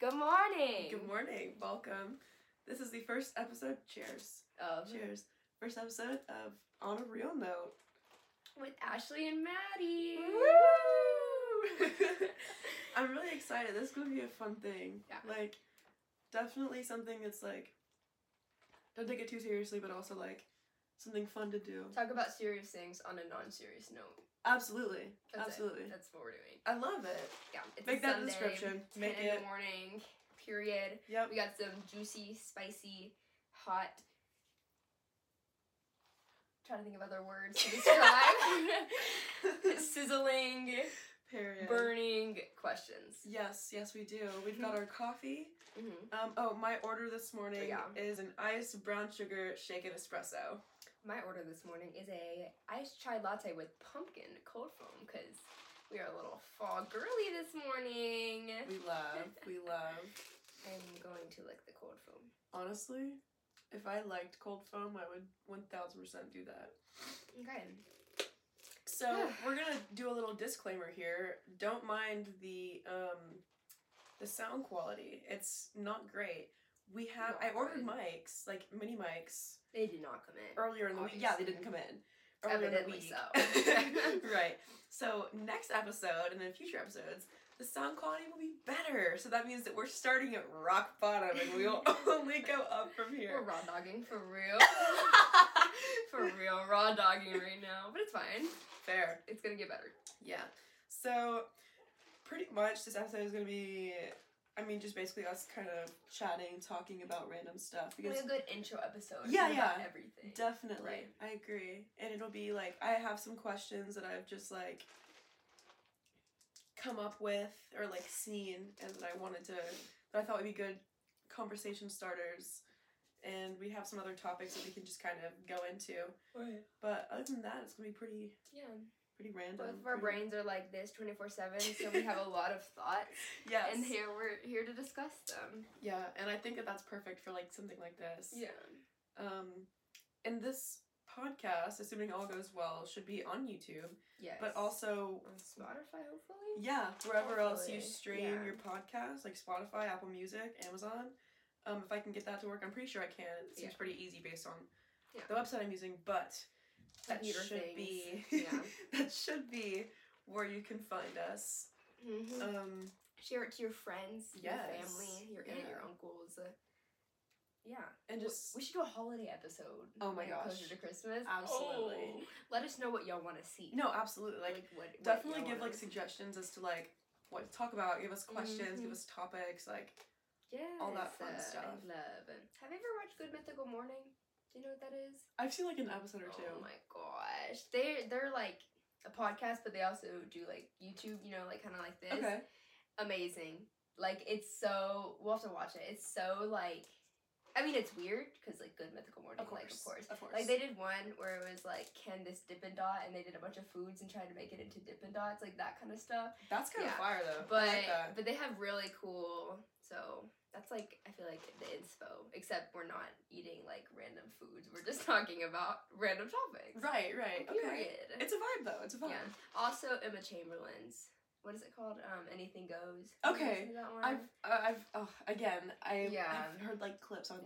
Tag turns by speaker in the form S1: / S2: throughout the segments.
S1: Good morning.
S2: Good morning. Welcome. This is the first episode. Cheers.
S1: Oh,
S2: Cheers. First episode of On a Real Note.
S1: with Ashley and Maddie.
S2: I'm really excited. This is going to be a fun thing.
S1: Yeah.
S2: Like, definitely something that's like, don't take it too seriously, but also like something fun to do.
S1: Talk about serious things on a non-serious note.
S2: Absolutely.
S1: That's it.
S2: Absolutely.
S1: That's what we're doing.
S2: I love it.
S1: Yeah, it's
S2: Make
S1: a
S2: that
S1: Sunday,
S2: description.
S1: 10
S2: Make
S1: in the
S2: it.
S1: morning. Period.
S2: Yep.
S1: We got some juicy, spicy, hot. Trying to think of other words to describe. Sizzling,
S2: Period.
S1: burning questions.
S2: Yes, yes, we do. We've got our coffee.
S1: Mm-hmm.
S2: Um, oh, my order this morning
S1: Yeah.
S2: is an iced brown sugar shaken espresso.
S1: My order this morning is a iced chai latte with pumpkin cold foam because we are a little fall girly this morning.
S2: We love, we love.
S1: I'm going to lick the cold foam.
S2: Honestly, if I liked cold foam, I would 1000% do that.
S1: Okay.
S2: So, we're going to do a little disclaimer here. Don't mind the um the sound quality. It's not great. We have I
S1: Not
S2: ordered
S1: good.
S2: mics, like mini mics
S1: They did not come in.
S2: earlier in the week. Yeah, they
S1: Obviously.
S2: didn't come in. Earlier in the
S1: Evidently
S2: week.
S1: so.
S2: right. So next episode and then future episodes, the sound quality will be better. So that means that we're starting at rock bottom and we'll only go up from
S1: We're
S2: here.
S1: raw dogging for real. for real, raw dogging right now. But it's fine.
S2: Fair.
S1: It's gonna get better.
S2: Yeah. So pretty much this episode is gonna be I mean just basically us kind of chatting, talking about random stuff
S1: It's
S2: because
S1: a good intro episode.
S2: Yeah,
S1: about
S2: yeah.
S1: Everything.
S2: Definitely.
S1: Right.
S2: I agree. And it'll be like I have some questions that I've just like come up with or like seen and that I wanted to that I thought would be good conversation starters. And we have some other topics that we can just kind of go into.
S1: right.
S2: But other than that, it's gonna be pretty
S1: Yeah.
S2: pretty random.
S1: Both of our
S2: pretty-
S1: brains are like this 24 7, so we have a lot of thoughts.
S2: Yes.
S1: And here we're here to discuss them.
S2: Yeah, and I think that that's perfect for like something like this. Um and this podcast, assuming all goes well, should be on YouTube,
S1: Yes.
S2: but also
S1: on Spotify, hopefully.
S2: Yeah, wherever else you
S1: Hopefully,
S2: stream
S1: yeah.
S2: your podcast, like Spotify, Apple Music, Amazon. Um, if I can get that to work, I'm pretty sure I can. It seems
S1: Yeah.
S2: pretty easy based on
S1: Yeah.
S2: the website I'm using, but that
S1: Computer
S2: should
S1: things.
S2: be
S1: Yeah.
S2: that should be where you can find us.
S1: Mhm.
S2: Um,
S1: Share it to your friends, your
S2: yes,
S1: family, your aunt, your
S2: yeah.
S1: uncles. uh, Yeah.
S2: and just
S1: We should do a holiday episode.
S2: Oh my
S1: when we're
S2: gosh.
S1: Closer to Christmas.
S2: Absolutely.
S1: Oh. Let us know what y'all want to see.
S2: no, absolutely. Like,
S1: Like what? what
S2: definitely
S1: y'all
S2: give like
S1: wanna-
S2: suggestions as to like what to talk about. Give us questions.
S1: Mhm.
S2: Give us topics. Like,
S1: yes,
S2: all that fun
S1: uh,
S2: stuff.
S1: I love. Have you ever watched Good Mythical Morning? Do you know what that is?
S2: I've seen like an episode or two.
S1: Oh my gosh, they're they're like a podcast, but they also do like YouTube. You know, like kind of like this.
S2: okay.
S1: amazing. Like it's so we'll have to watch it. It's so like I mean it's weird because like good mythical morning,
S2: Of course.
S1: like of course.
S2: Of course.
S1: Like they did one where it was like can this Dippin' Dot and they did a bunch of foods and tried to make it into Dippin' Dots, like that kind of stuff.
S2: That's kind
S1: yeah.
S2: of fire though. I
S1: But
S2: like uh, that.
S1: but they have really cool so that's like I feel like the inspo. Except we're not eating like random foods. We're just talking about random topics.
S2: Right, right. Okay.
S1: Period.
S2: It's a vibe though. It's a vibe.
S1: yeah. Also Emma Chamberlain's what is it called? Um, Anything Goes. Have
S2: Okay.
S1: you listened to that one?
S2: I've uh, I've oh, again I
S1: Yeah.
S2: I've heard like clips on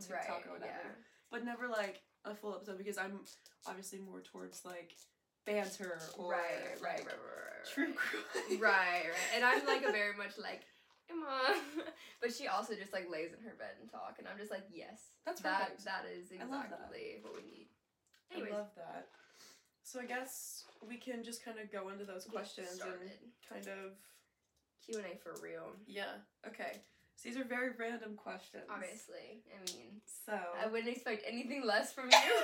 S1: right,
S2: TikTok or whatever,
S1: yeah.
S2: but never like a full episode because I'm obviously more towards like banter or
S1: right, right, right, right,
S2: like,
S1: right,
S2: true
S1: right.
S2: crime.
S1: right, right. And I'm like a very much like Emma, but she also just like lays in her bed and talk, and I'm just like, yes,
S2: That's
S1: that.
S2: perfect.
S1: That is
S2: I love that.
S1: exactly what we need.
S2: I
S1: Anyways,
S2: love that. So I guess we can just kind of go into those
S1: get
S2: questions and
S1: started.
S2: kind of
S1: Q and A for real.
S2: yeah okay. So these are very random questions.
S1: Obviously, I mean,
S2: So
S1: I wouldn't expect anything less from you.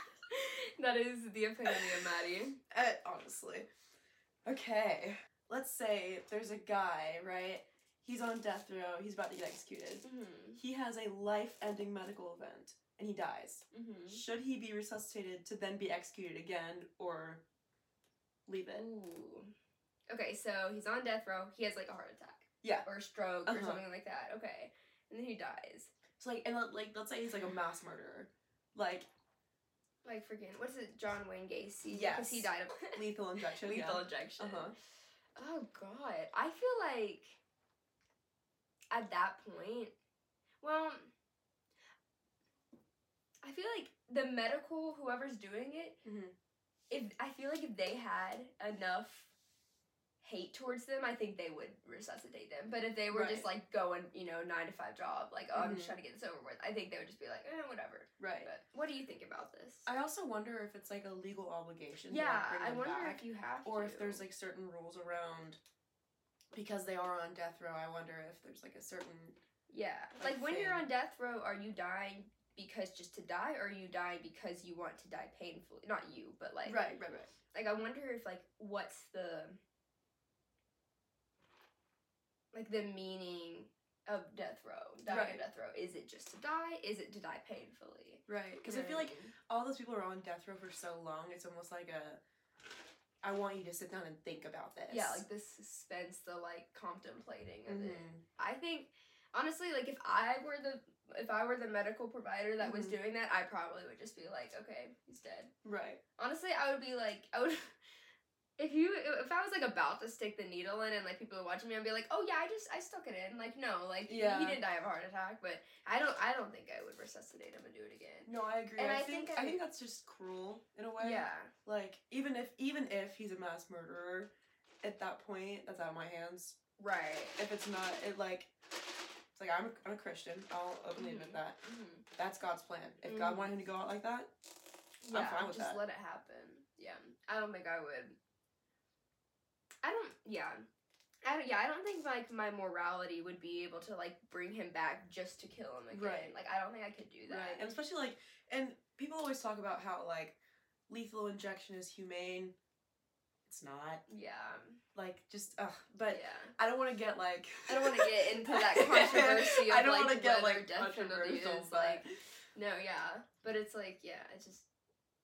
S1: that is the epitome of Maddie.
S2: Uh, honestly. Okay. Let's say there's a guy, right? He's on death row, he's about to get executed.
S1: Mm-hmm.
S2: He has a life ending medical event and he dies.
S1: Mm-hmm.
S2: Should he be resuscitated to then be executed again or leave it?
S1: Ooh. Okay, so he's on death row. He has like a heart attack.
S2: Yeah.
S1: Or a stroke or
S2: Uh-huh.
S1: something like that. Okay. And then he dies.
S2: So, like, and let- like, let's say he's like a mass murderer, like
S1: Like freaking, what's it, John Wayne Gacy? Because he
S2: Yes. Uh-huh.
S1: died of Oh,
S2: lethal injection.
S1: lethal injection.
S2: Uh huh.
S1: Oh, God. I feel like. at that point, well, I feel like the medical, whoever's doing it,
S2: Mhm.
S1: if I feel like if they had enough hate towards them, I think they would resuscitate them. But if they were just like going, you know, nine to five job, like, oh, I'm
S2: Mhm.
S1: just trying to get this over with, I think they would just be like, eh, whatever.
S2: Right.
S1: But what do you think about this?
S2: I also wonder if it's like a legal obligation. to, like,
S1: yeah,
S2: bring
S1: I
S2: them
S1: wonder
S2: back,
S1: if you have
S2: or
S1: to.
S2: if there's like certain rules around because they are on death row. I wonder if there's like a certain
S1: Yeah.
S2: like,
S1: Like, when you're
S2: thing.
S1: on death row, are you dying because just to die or are you dying because you want to die painfully? Not you, but like
S2: right, right, right.
S1: like I wonder if like what's the like the meaning of death row, dying
S2: Right.
S1: of death row. Is it just to die? Is it to die painfully?
S2: Right, because
S1: You
S2: I
S1: know
S2: feel
S1: what
S2: like all those people are on death row for so long. It's almost like a, I want you to sit down and think about this.
S1: mean? yeah, like the suspense, the like contemplating of it.
S2: Mhm.
S1: I think honestly, like if I were the if I were the medical provider that was
S2: Mhm.
S1: doing that, I probably would just be like, okay, he's dead.
S2: right,
S1: Honestly, I would be like, I would. If you, if I was like about to stick the needle in and like people were watching me, I'd be like, oh yeah, I just I stuck it in. Like no, like he-
S2: Yeah.
S1: he didn't die of a heart attack, but I don't I don't think I would resuscitate him and do it again.
S2: no, I agree.
S1: And
S2: I,
S1: I
S2: think,
S1: think
S2: I
S1: I-
S2: think that's just cruel in a way.
S1: Yeah,
S2: like even if even if he's a mass murderer, at that point that's out of my hands.
S1: right.
S2: If it's not, it like, it's like I'm a, I'm a Christian. I'll openly admit
S1: Mhm.
S2: that
S1: Mhm.
S2: that's God's plan. If God
S1: Mhm.
S2: wanted him to go out like that,
S1: Yeah,
S2: fine with
S1: just
S2: that.
S1: let it happen. Yeah, I don't think I would. I don't. Yeah, I don't. Yeah, I don't think like my morality would be able to like bring him back just to kill him again.
S2: Right.
S1: Like I don't think I could do that.
S2: right? And especially like, and people always talk about how like lethal injection is humane. It's not
S1: Yeah.
S2: like just, ugh, but
S1: yeah.
S2: I don't want to get like.
S1: I don't want to get into that controversy. Of,
S2: I don't
S1: like,
S2: want to get
S1: whether
S2: like
S1: death penalty
S2: controversial,
S1: is,
S2: but
S1: like no, yeah, but it's like yeah, it's just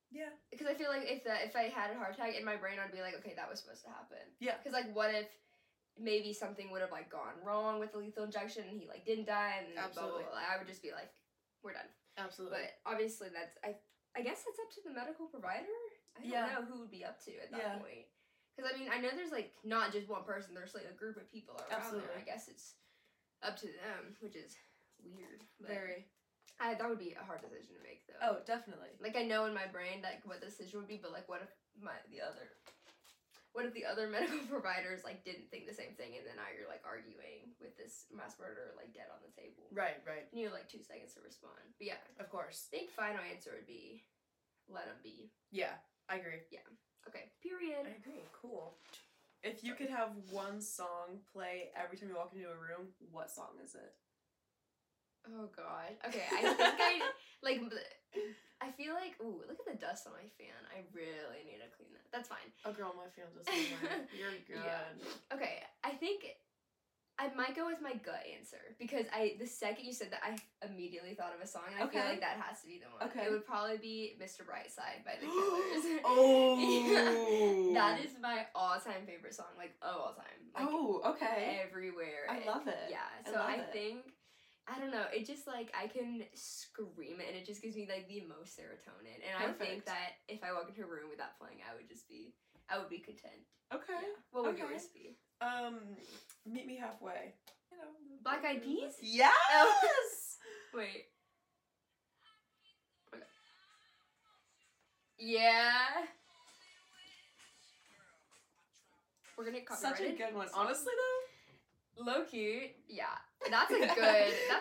S2: yeah,
S1: because I feel like if that if I had a heart attack in my brain, I'd be like, okay, that was supposed to happen.
S2: Yeah.
S1: Because like, what if maybe something would have like gone wrong with the lethal injection and he like didn't die and blah, blah, blah,
S2: Absolutely.
S1: blah. I would just be like, we're done.
S2: absolutely.
S1: But obviously, that's I I guess that's up to the medical provider. I don't
S2: Yeah.
S1: know who would be up to at that
S2: Yeah.
S1: point. Because I mean, I know there's like not just one person. There's like a group of people around
S2: Absolutely.
S1: there. I guess it's up to them, which is weird. But
S2: Very.
S1: I, that would be a hard decision to make, though.
S2: Oh, definitely.
S1: Like I know in my brain like what the decision would be, but like what if my the other, what if the other medical providers like didn't think the same thing, and then now you're like arguing with this mass murderer like dead on the table,
S2: Right, right.
S1: and you have like two seconds to respond. But yeah,
S2: Of course.
S1: I think final answer would be, let him be.
S2: Yeah, I agree.
S1: Okay, period.
S2: agree. Cool. If you could have one song play every time you walk into a room, what song is it?
S1: Oh god. Okay, I think I like. bleh. I feel like ooh, look at the dust on my fan. I really need to clean that. That's fine.
S2: A girl, my fans is somewhere. You're good.
S1: Yeah. Okay, I think I might go with my gut answer because I the second you said that I immediately thought of a song and I
S2: Okay.
S1: feel like that has to be the one.
S2: Okay.
S1: It would probably be Mr. Brightside by the Killers.
S2: oh.
S1: that is my all-time favorite song, like of all time. Like,
S2: oh, okay.
S1: eh, everywhere.
S2: I
S1: and-
S2: love it.
S1: Yeah.
S2: I
S1: So
S2: love
S1: I,
S2: it.
S1: think I don't know. It just like I can scream it, and it just gives me like the most serotonin. And I
S2: Perfect.
S1: think that if I walk into a room with that playing, I would just be, I would be content.
S2: Okay.
S1: Yeah. What would
S2: Okay.
S1: yours be?
S2: Um, meet me halfway. You know, the-
S1: Black Eyed Peas?
S2: Yes.
S1: Wait. Okay. Yeah. We're gonna copyright
S2: Such a good one. Honestly, though,
S1: low cute. Yeah, that's a good. That's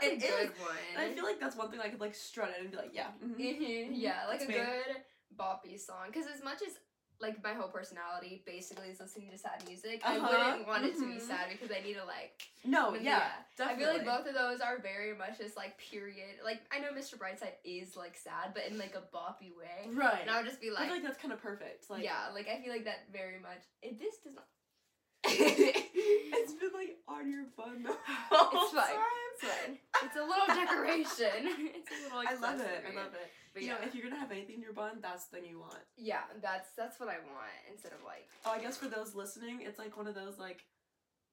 S1: a
S2: It is.
S1: good one.
S2: I feel like that's one thing I could like strut it and be like, yeah. mhm.
S1: Mhm, yeah, like
S2: That's
S1: a
S2: me.
S1: good boppy song. Because as much as like my whole personality basically is listening to sad music,
S2: Uh-huh,
S1: I wouldn't want it to be
S2: mhm.
S1: sad because I need to like.
S2: No,
S1: but
S2: yeah, definitely.
S1: I feel like both of those are very much just like period. Like I know Mr. Brightside is like sad, but in like a boppy way.
S2: Right.
S1: And I would just be
S2: I
S1: like,
S2: feel like that's kind of perfect. Like,
S1: yeah, like I feel like that very much. If this does not,
S2: it's been like on your phone the whole
S1: It's fine.
S2: time.
S1: it's fine. It's a little decoration. it's a little.
S2: I love it. I
S1: accessory.
S2: love it.
S1: But
S2: you
S1: yeah,
S2: know, if you're gonna have anything in your bun, that's the thing you want.
S1: yeah, that's that's what I want instead of like.
S2: Oh, I guess for those listening, it's like one of those like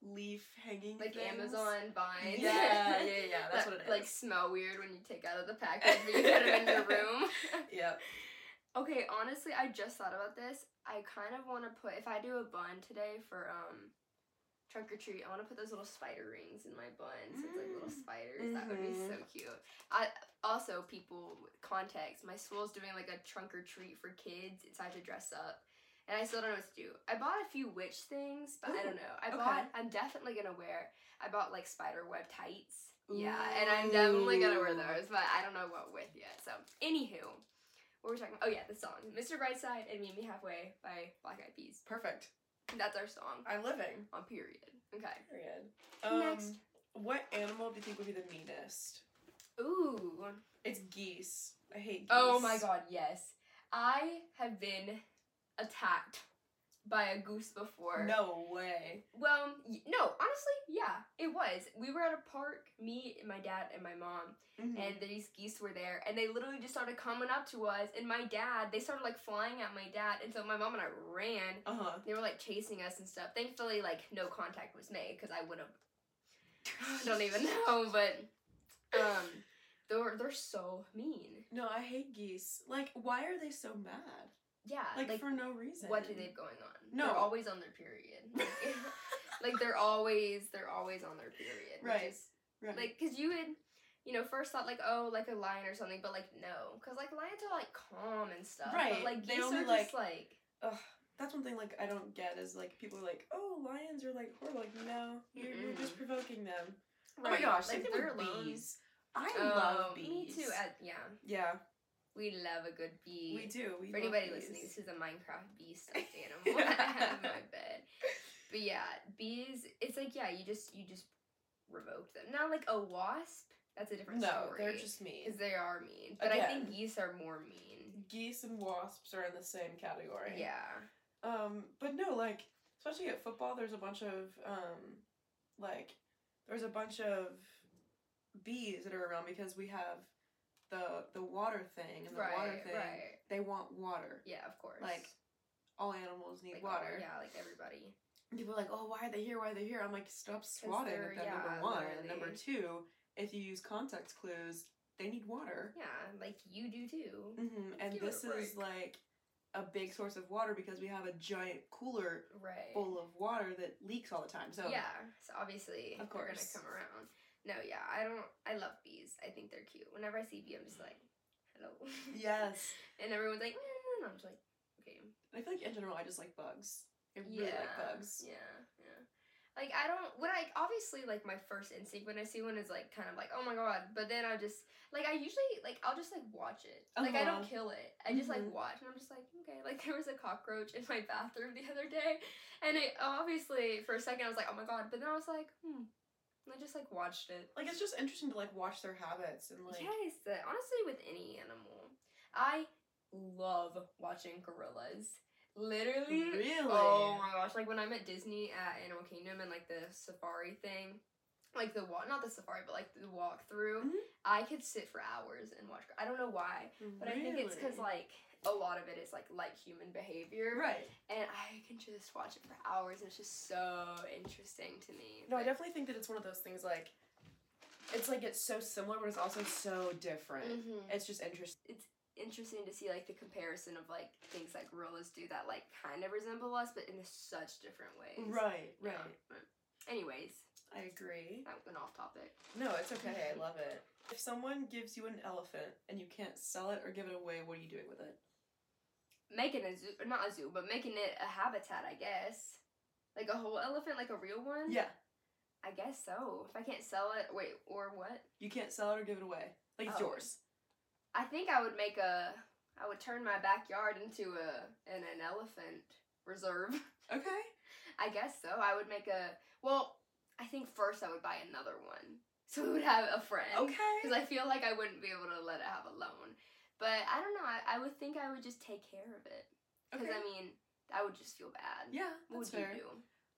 S2: leaf hanging
S1: like
S2: things.
S1: Amazon Vine.
S2: Yeah, yeah, yeah. That's
S1: That,
S2: what it is.
S1: Like smell weird when you take out of the package, but you put it in your room.
S2: yeah.
S1: okay, honestly, I just thought about this. I kind of want to put if I do a bun today for um trunk or treat. I want to put those little spider rings in my bun, so it's like little
S2: Mm.
S1: spiders. That would be
S2: Mhm.
S1: so cute. I also people context. My school's doing like a trunk or treat for kids. It's I had to dress up, and I still don't know what to do. I bought a few witch things, but I
S2: Ooh,
S1: don't know. I
S2: okay.
S1: bought. I'm definitely gonna wear. I bought like spider web tights. Yeah, and I'm definitely gonna wear
S2: Ooh.
S1: those, but I don't know what with yet. So, anywho, what we're talking about? Oh yeah, the song "Mr. Brightside" and "Meet Me Halfway" by Black Eyed Peas.
S2: Perfect.
S1: That's our song
S2: I'm living.
S1: on period. Okay.
S2: Period.
S1: Next.
S2: Um, What animal do you think would be the meanest?
S1: Ooh.
S2: It's geese. I hate geese.
S1: Oh my god, yes. I have been attacked by a goose before.
S2: No way.
S1: Well, y- no, honestly, yeah, it was. We were at a park, me, and my dad, and my mom, and
S2: Mm-hmm.
S1: these geese were there, and they literally just started coming up to us, and my dad, they started like flying at my dad, and so my mom and I ran.
S2: uh huh.
S1: They were like chasing us and stuff. Thankfully, like no contact was made because I would have I don't even know, but um, they're they're so mean.
S2: No, I hate geese. Like, why are they so mad?
S1: Yeah,
S2: Like,
S1: Uh, like,
S2: for no reason.
S1: what do they have going on?
S2: No.
S1: they're always on their period. Like, like, they're always they're always on their period. which
S2: Right.
S1: is-
S2: Right.
S1: Like because you would. You know, first thought like, oh, like a lion or something, but like no, because like lions are like calm and stuff.
S2: Right,
S1: But, like
S2: they
S1: geese
S2: only,
S1: are just like
S2: Ugh, that's one thing like I don't get is like people are like, oh, lions are like horrible. Like, no, you're, you're just
S1: Mm-mm.
S2: provoking them. Oh my
S1: Right,
S2: gosh,
S1: like
S2: same thing
S1: they're
S2: with
S1: alone.
S2: bees. I
S1: Oh,
S2: love bees.
S1: Me too. At, yeah,
S2: yeah,
S1: we love a good bee.
S2: we do. We
S1: For
S2: love
S1: anybody
S2: bees.
S1: listening, this is a Minecraft bee stuffed animal I have in my bed. But yeah, bees. It's like yeah, you just you just revoke them. Not like a wasp. That's a different
S2: no,
S1: story.
S2: they're just mean.
S1: because they are mean. But I think geese are more mean.
S2: Geese and wasps are in the same category.
S1: Yeah.
S2: Um, but no, like especially at football, there's a bunch of um, like there's a bunch of bees that are around because we have the the water thing and the
S1: Right.
S2: water thing.
S1: Right.
S2: They want water.
S1: Yeah. Of course.
S2: Like all animals need
S1: Like,
S2: water.
S1: all- Yeah. Like everybody.
S2: People are like, oh, why are they here? Why are they here? I'm like, stop swatting
S1: they're-
S2: at them.
S1: yeah,
S2: number one, and number
S1: literally.
S2: two, if you use context clues, they need water.
S1: Yeah. Like you do too.
S2: hmm And
S1: Give it a
S2: this
S1: break.
S2: is like a big source of water because we have a giant cooler
S1: Right.
S2: Mm-hmm. full of water that leaks all the time. So
S1: yeah. So obviously
S2: Of
S1: they're gonna
S2: course.
S1: come around. No. Yeah. I don't. I love bees. I think they're cute. Whenever I see bee, I'm just like, hello.
S2: yes,
S1: And everyone's like, mm, and I'm just like, okay.
S2: I feel like in general, I just like bugs. I really like bugs.
S1: Yeah, yeah. Like I don't what I obviously like my first instinct when I see one is like kind of like oh my god, but then I just like I usually like I'll just like watch it. Like I don't
S2: Uh-huh.
S1: kill it. I just like
S2: Mhm.
S1: watch and I'm just like okay. Like there was a cockroach in my bathroom the other day, and it obviously for a second I was like oh my god, but then I was like hmm. And I just like watched it.
S2: Like it's just interesting to like watch their habits and like
S1: yes, that- honestly with any animal, I love watching gorillas. Literally,
S2: really.
S1: Oh my gosh! Like when I'm at Disney at Animal Kingdom and like the safari thing, like the walk, not the safari, but like the walk through,
S2: Mhm.
S1: I could sit for hours and watch. I don't know why, but I think it's because
S2: Really?
S1: like a lot of it is like like human behavior,
S2: right.
S1: and I can just watch it for hours, and it's just so interesting to me.
S2: No, I
S1: But-
S2: definitely think that it's one of those things like it's like it's so similar, but it's also so different.
S1: Mhm.
S2: It's just interesting.
S1: interesting to see like the comparison of like things like gorillas do that like kind of resemble us, but in such different ways.
S2: Right,
S1: Yeah, but Anyways,
S2: I agree.
S1: that went off topic.
S2: No, it's okay. I love it. If someone gives you an elephant and you can't sell it or give it away, what are you doing with it?
S1: making a zoo, not a zoo, but making it a habitat, I guess. Like a whole elephant, like a real one?
S2: Yeah,
S1: I guess so. If I can't sell it, wait, or what?
S2: you can't sell it or give it away. Like it's
S1: Oh.
S2: yours.
S1: I think I would make a, I would turn my backyard into a, an, an elephant reserve.
S2: Okay.
S1: I guess so. I would make a, well, I think first I would buy another one. So we would have a friend. Because
S2: Okay.
S1: I feel like I wouldn't be able to let it have a loan. But I don't know, I, I would think I would just take care of it. Because
S2: okay.
S1: I mean, I would just feel bad.
S2: yeah,
S1: What
S2: that's
S1: would
S2: fair.
S1: you do?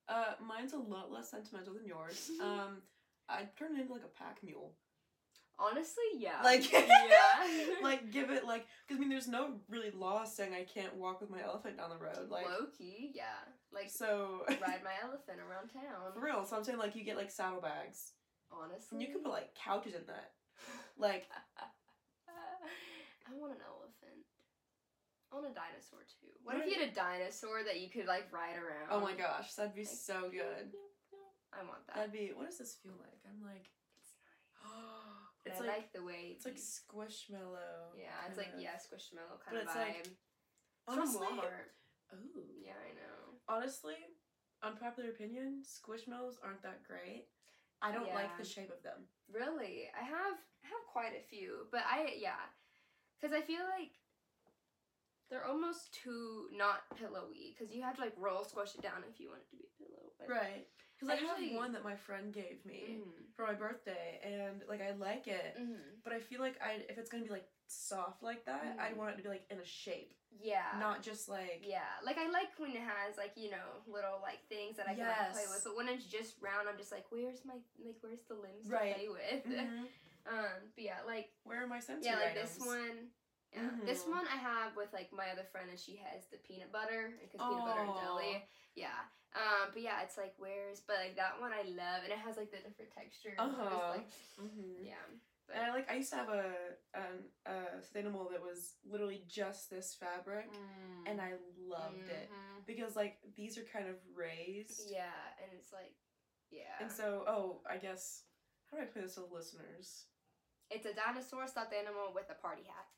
S2: Uh, mine's a lot less sentimental than yours. Um, I'd turn it into like a pack mule.
S1: Honestly, yeah.
S2: Like-
S1: yeah.
S2: Like give it like because I mean there's no really law saying I can't walk with my elephant down the road. Like
S1: low key, yeah. Like
S2: so
S1: ride my elephant around town.
S2: for real. So I'm saying like you get like saddlebags.
S1: Honestly,
S2: And you could put like couches in that. Like
S1: I want an elephant. I want a dinosaur too. What
S2: What
S1: if you
S2: if-
S1: had a dinosaur that you could Um, like ride around?
S2: oh my gosh, that'd be so good.
S1: I want that.
S2: That'd be what does this feel like? I'm like
S1: It's nice.
S2: it's
S1: I
S2: like,
S1: like, the way
S2: it's like
S1: you-
S2: squishmallow.
S1: yeah, it's like
S2: kind of-
S1: yeah, squishmallow
S2: But
S1: kind of
S2: it's
S1: vibe.
S2: like-
S1: It's
S2: Honestly,
S1: from Walmart.
S2: Ooh.
S1: Yeah, I know.
S2: Honestly, unpopular opinion, squishmallows aren't that great. I don't like the
S1: Yeah.
S2: shape of them.
S1: Really, I have I have quite a few, but I yeah, because I feel like they're almost too not pillowy because you have to like roll squash it down if you want it to be a pillow. But,
S2: Right. Because I have
S1: Actually-
S2: one that my friend gave me
S1: Mm,
S2: for my birthday and like I like it.
S1: mhm.
S2: But I feel like I if it's gonna be like soft like that, I'd
S1: Mhm.
S2: want it to be like in a shape.
S1: Yeah.
S2: Not just like
S1: Yeah, like I like when it has like you know little like things that I can like, play
S2: Yes.
S1: with, but when it's just round, I'm just like, where's my like where's the limbs
S2: Right.
S1: to play with?
S2: Mhm.
S1: Um, but yeah, like
S2: where are my sensory
S1: yeah, like
S2: items?
S1: this one. Yeah, this
S2: Mhm.
S1: one I have with like my other friend, and she has the peanut butter because peanut butter and
S2: Aw.
S1: jelly. Yeah. Um, but yeah, it's like where's but like that one I love, and it has like the different textures. so it's,
S2: Uh-huh.
S1: like,
S2: Mhm.
S1: yeah. But,
S2: And I like I used to have a an a sustainable that was literally just this fabric
S1: Mm-hmm.
S2: and I loved it
S1: Mhm.
S2: because like these are kind of raised.
S1: Yeah, and it's like yeah.
S2: And so oh, I guess how do I put this to the listeners?
S1: It's a dinosaur stuffed animal with a party hat.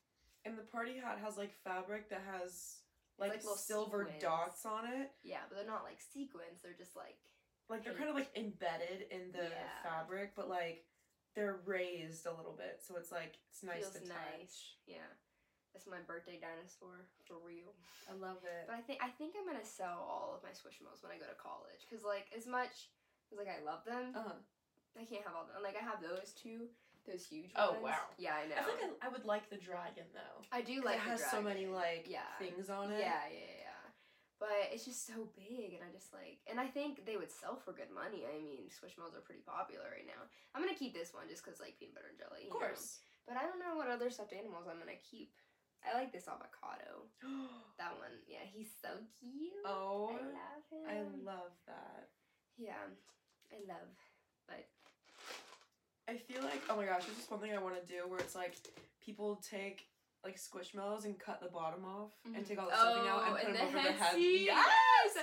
S2: And the party hat has like fabric that has like,
S1: like little
S2: silver
S1: sequins.
S2: dots on it.
S1: Yeah, but they're not like sequins. They're just like
S2: Like they're
S1: Hey.
S2: kind of like embedded in the
S1: Yeah.
S2: fabric, but like they're raised a little bit, so it's like it's nice
S1: feels
S2: to touch.
S1: nice. Yeah, that's my birthday dinosaur for real.
S2: I love it.
S1: But I think I think I'm gonna sell all of my squishmallows when I go to college because like as much as like I love them,
S2: Uh-huh.
S1: I can't have all them. Like I have those two, those huge
S2: Oh,
S1: ones.
S2: wow.
S1: Yeah, I know.
S2: I think I, I would like the dragon though.
S1: I, do
S2: 'Cause
S1: like
S2: it
S1: the
S2: has so many
S1: dragon.
S2: like
S1: Yeah.
S2: things on it.
S1: Yeah, yeah, yeah, yeah. But it's just so big, and I just like, and I think they would sell for good money. I mean, squishmallows are pretty popular right now. I'm gonna keep this one just because like peanut butter and jelly.
S2: Of
S1: you know?
S2: course.
S1: But I don't know what other stuffed animals I'm gonna keep. I like this avocado. That one, yeah, he's so cute. I
S2: oh,
S1: love him.
S2: I love that.
S1: Yeah, I love. But
S2: I feel like oh my gosh, there's just one thing I want to do where it's like people take like squishmallows and cut the bottom off and take all the stuffing out
S1: Oh,
S2: and put them over the head.
S1: seat.
S2: Yes!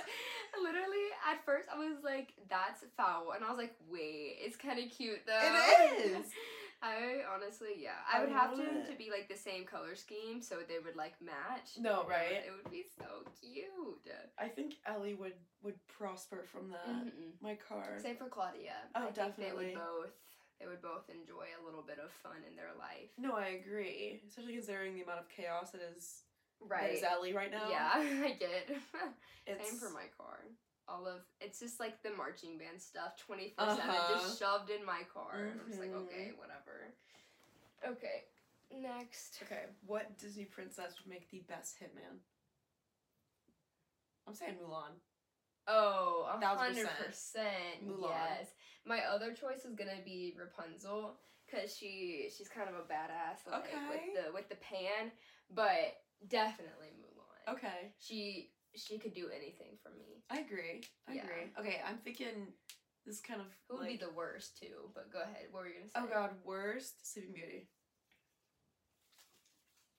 S1: Literally, at first I was like, "That's foul," and I was like, "Wait, it's kind of cute though."
S2: It is.
S1: I honestly, yeah, I,
S2: I
S1: would have
S2: love
S1: to
S2: it.
S1: to be like the same color scheme, so they would like match.
S2: No,
S1: It would-
S2: right?
S1: It would be so cute.
S2: I think Ellie would would prosper from that.
S1: Mhm.
S2: My car.
S1: Same for Claudia.
S2: Uh, Oh,
S1: I
S2: definitely.
S1: Think they would both. They would both enjoy a little bit of fun in their life.
S2: No, I agree. Especially considering the amount of chaos that is that
S1: Right.
S2: is Ellie right now.
S1: Yeah, I get it.
S2: It's,
S1: Same for my car. All of it's just like the marching band stuff, twenty four seven,
S2: Uh-huh.
S1: just shoved in my car. And I'm just like,
S2: Mhm.
S1: okay, whatever. Okay, next.
S2: Okay, what Disney princess would make the best hitman? I'm saying Mulan.
S1: Oh, a
S2: Thousand
S1: hundred
S2: percent.
S1: percent.
S2: Mulan.
S1: Yes. My other choice is gonna be Rapunzel because she she's kind of a badass like
S2: Okay.
S1: with the with the pan, but definitely Mulan.
S2: Okay,
S1: She she could do anything for me.
S2: I agree. I
S1: Yeah.
S2: agree. Okay, I'm thinking this kind of
S1: Who would
S2: like,
S1: be the worst too? But go ahead. What were you gonna say?
S2: oh god worst Sleeping Beauty.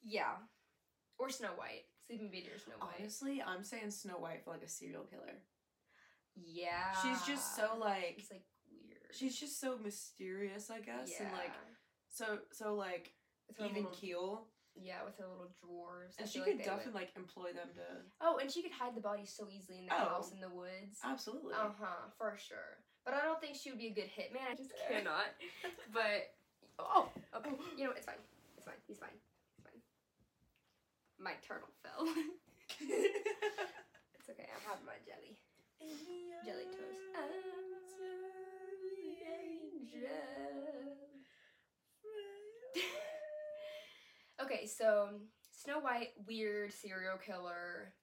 S1: Yeah. Or Snow White. Sleeping Beauty or Snow White.
S2: Honestly, I'm saying Snow White for like a serial killer.
S1: Yeah.
S2: She's just so like
S1: Ah, She's like weird.
S2: she's just so mysterious, I guess, and like
S1: Yeah.
S2: so so like
S1: with her
S2: even
S1: little,
S2: keel,
S1: yeah, with her little drawers. I
S2: and she
S1: feel
S2: could
S1: like they would-
S2: definitely like employ them to
S1: Oh, and she could hide the body so easily in the
S2: Oh.
S1: house in the woods.
S2: absolutely.
S1: Uh huh, for sure. But I don't think she would be a good hitman. I just cannot. But oh, okay. You know what? it's fine. It's fine. He's fine. It's fine. My turtle fell. it's okay. I'm having my jelly. Jelly toast. Okay, so Snow White, weird serial killer,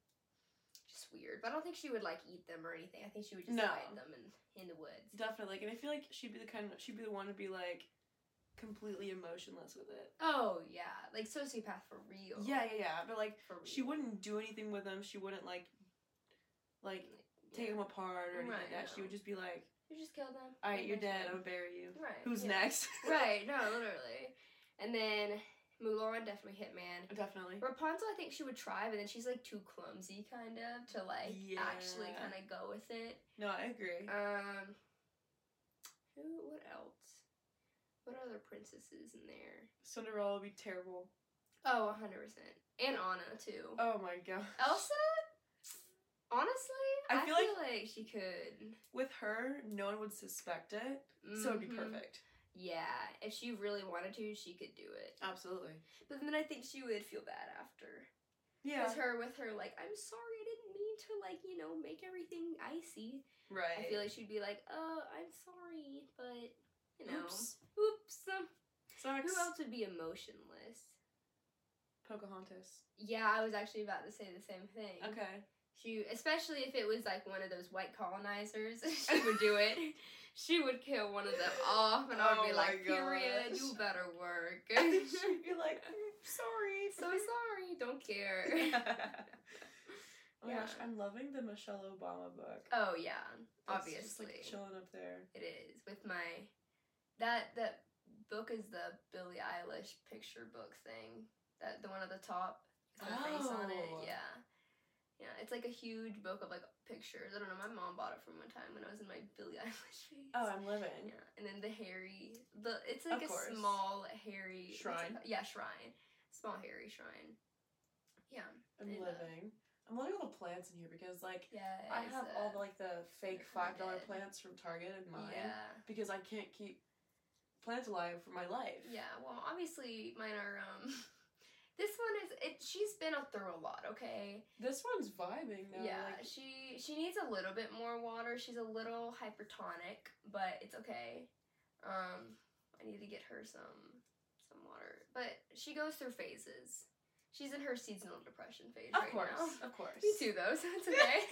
S1: just weird. But I don't think she would like eat them or anything. I think she would just
S2: No.
S1: hide them in in the woods.
S2: Definitely, like, and I feel like she'd be the kind of she'd be the one to be like completely emotionless with it.
S1: Oh yeah, like sociopath for real.
S2: Yeah, yeah, yeah. But like,
S1: for real.
S2: she wouldn't do anything with them. She wouldn't like, like take them apart or anything like
S1: Right,
S2: that. She
S1: no.
S2: would just be like,
S1: You just kill them.
S2: "All right, you're
S1: Everything's
S2: dead. I'm
S1: fine."
S2: gonna bury you.
S1: Right.
S2: Who's
S1: yeah.
S2: next?"
S1: right. No, literally. And then Mulan definitely hitman.
S2: Definitely.
S1: Rapunzel, I think she would try, but then she's like too clumsy, kind of, to like actually
S2: Yeah.
S1: kind of go with it.
S2: No, I agree.
S1: Um, Who? What else? What other princesses in there?
S2: Cinderella would be terrible.
S1: Oh, 100%. And Anna, too.
S2: Oh my god.
S1: Elsa? Honestly, I,
S2: I feel
S1: feel,
S2: like-
S1: like, she could.
S2: With her, no one would suspect it, so it'd be
S1: Mhm.
S2: perfect.
S1: Yeah, if she really wanted to, she could do it.
S2: Absolutely.
S1: But then I think she would feel bad after.
S2: Yeah.
S1: Because her with her, like, I'm sorry, I didn't mean to, like, you know, make everything icy.
S2: Right.
S1: I feel like she'd be like, oh, I'm sorry, but, you know.
S2: Oops.
S1: Oops. Um,
S2: Sucks.
S1: Who else would be emotionless?
S2: Pocahontas.
S1: Yeah, I was actually about to say the same thing.
S2: Okay.
S1: She, especially if it was like one of those white colonizers, she would do it. She would kill one of them off, and I would
S2: Oh
S1: be
S2: my
S1: like, "Period,
S2: gosh.
S1: you better work."
S2: She'd be like, "Mm, sorry.
S1: so sorry, don't care.
S2: oh my gosh,
S1: Yeah.
S2: I'm loving the Michelle Obama book.
S1: oh yeah,
S2: That's
S1: obviously
S2: Just like chilling up there.
S1: it is with my that that book is the Billie Eilish picture book thing that the one at the top with my face on
S2: Oh.
S1: it. Yeah, yeah, it's like a huge book of like pictures. I don't know. My mom bought it for me one time when I was in my Billie Eilish phase.
S2: Oh, I'm living.
S1: Yeah, and then the hairy, the it's
S2: Of
S1: like a
S2: course.
S1: small hairy what's it
S2: Shrine.
S1: called? Yeah, shrine, small hairy shrine. Yeah,
S2: I'm
S1: I love-
S2: living. I'm loving all the plants in here because like
S1: yeah.
S2: I
S1: it's
S2: have
S1: the-
S2: all the, like the fake
S1: they're
S2: five dollar
S1: fermented.
S2: plants from Target in mine
S1: Yeah,
S2: because I can't keep plants alive for my life.
S1: yeah. Well, obviously mine are. um This one is it. She's been a through a lot. Okay.
S2: This one's vibing now.
S1: yeah.
S2: Like,
S1: she she needs a little bit more water. She's a little hypertonic, but it's okay. Um, I need to get her some some water. But she goes through phases. She's in her seasonal depression phase
S2: of
S1: right
S2: course,
S1: now.
S2: of course.
S1: Me too, though, so it's okay.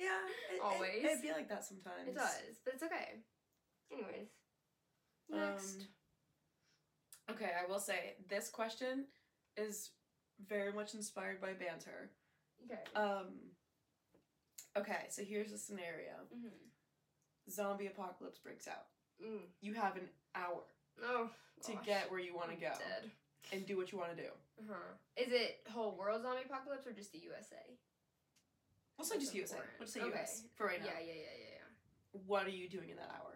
S2: yeah. it- it-
S1: Always.
S2: It'd be like that sometimes.
S1: it does, but it's okay. Anyways, next.
S2: Um, okay, I will say this question is very much inspired by banter.
S1: okay.
S2: Um. Okay, so here's a scenario:
S1: mm-hmm.
S2: zombie apocalypse breaks out.
S1: mm.
S2: You have an hour
S1: Oh,
S2: to
S1: gosh.
S2: get where you want to
S1: I'm
S2: go
S1: Dead.
S2: and do what you want to do.
S1: Uh huh. Is it whole world zombie apocalypse or just the USA?
S2: We'll say
S1: That's
S2: just USA.
S1: important.
S2: We'll say
S1: Okay.
S2: US for right
S1: yeah,
S2: now.
S1: yeah, yeah, yeah, yeah.
S2: What are you doing in that hour?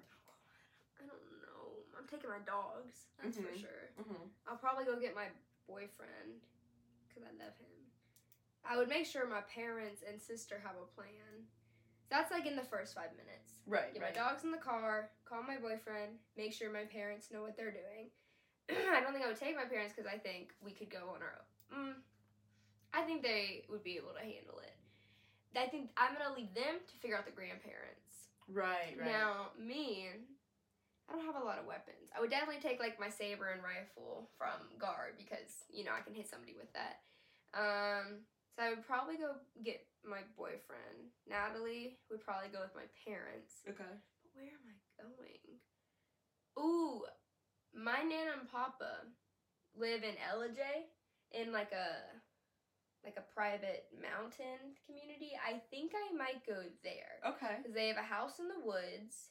S1: I don't know. I'm taking my dogs. That's for
S2: Mhm.
S1: sure.
S2: Mm-hmm.
S1: I'll probably go get my boyfriend because I love him. I would make sure my parents and sister have a plan. That's like in the first five minutes.
S2: Right.
S1: Get
S2: right.
S1: my dogs in the car, call my boyfriend, make sure my parents know what they're doing. I don't think I would take my parents because I think we could go on our own. Mm, I think they would be able to handle it. I think I'm going to leave them to figure out the grandparents.
S2: Right. Right.
S1: Now, me, I don't have a lot of weapons. I would definitely take like my saber and rifle from guard because you know I can hit somebody with that. Um, so I would probably go get my boyfriend. Natalie would probably go with my parents.
S2: Okay.
S1: But where am I going? Ooh, my nana and papa live in Ellijay in like a like a private mountain community. I think I might go there.
S2: Okay.
S1: Cause they have a house in the woods,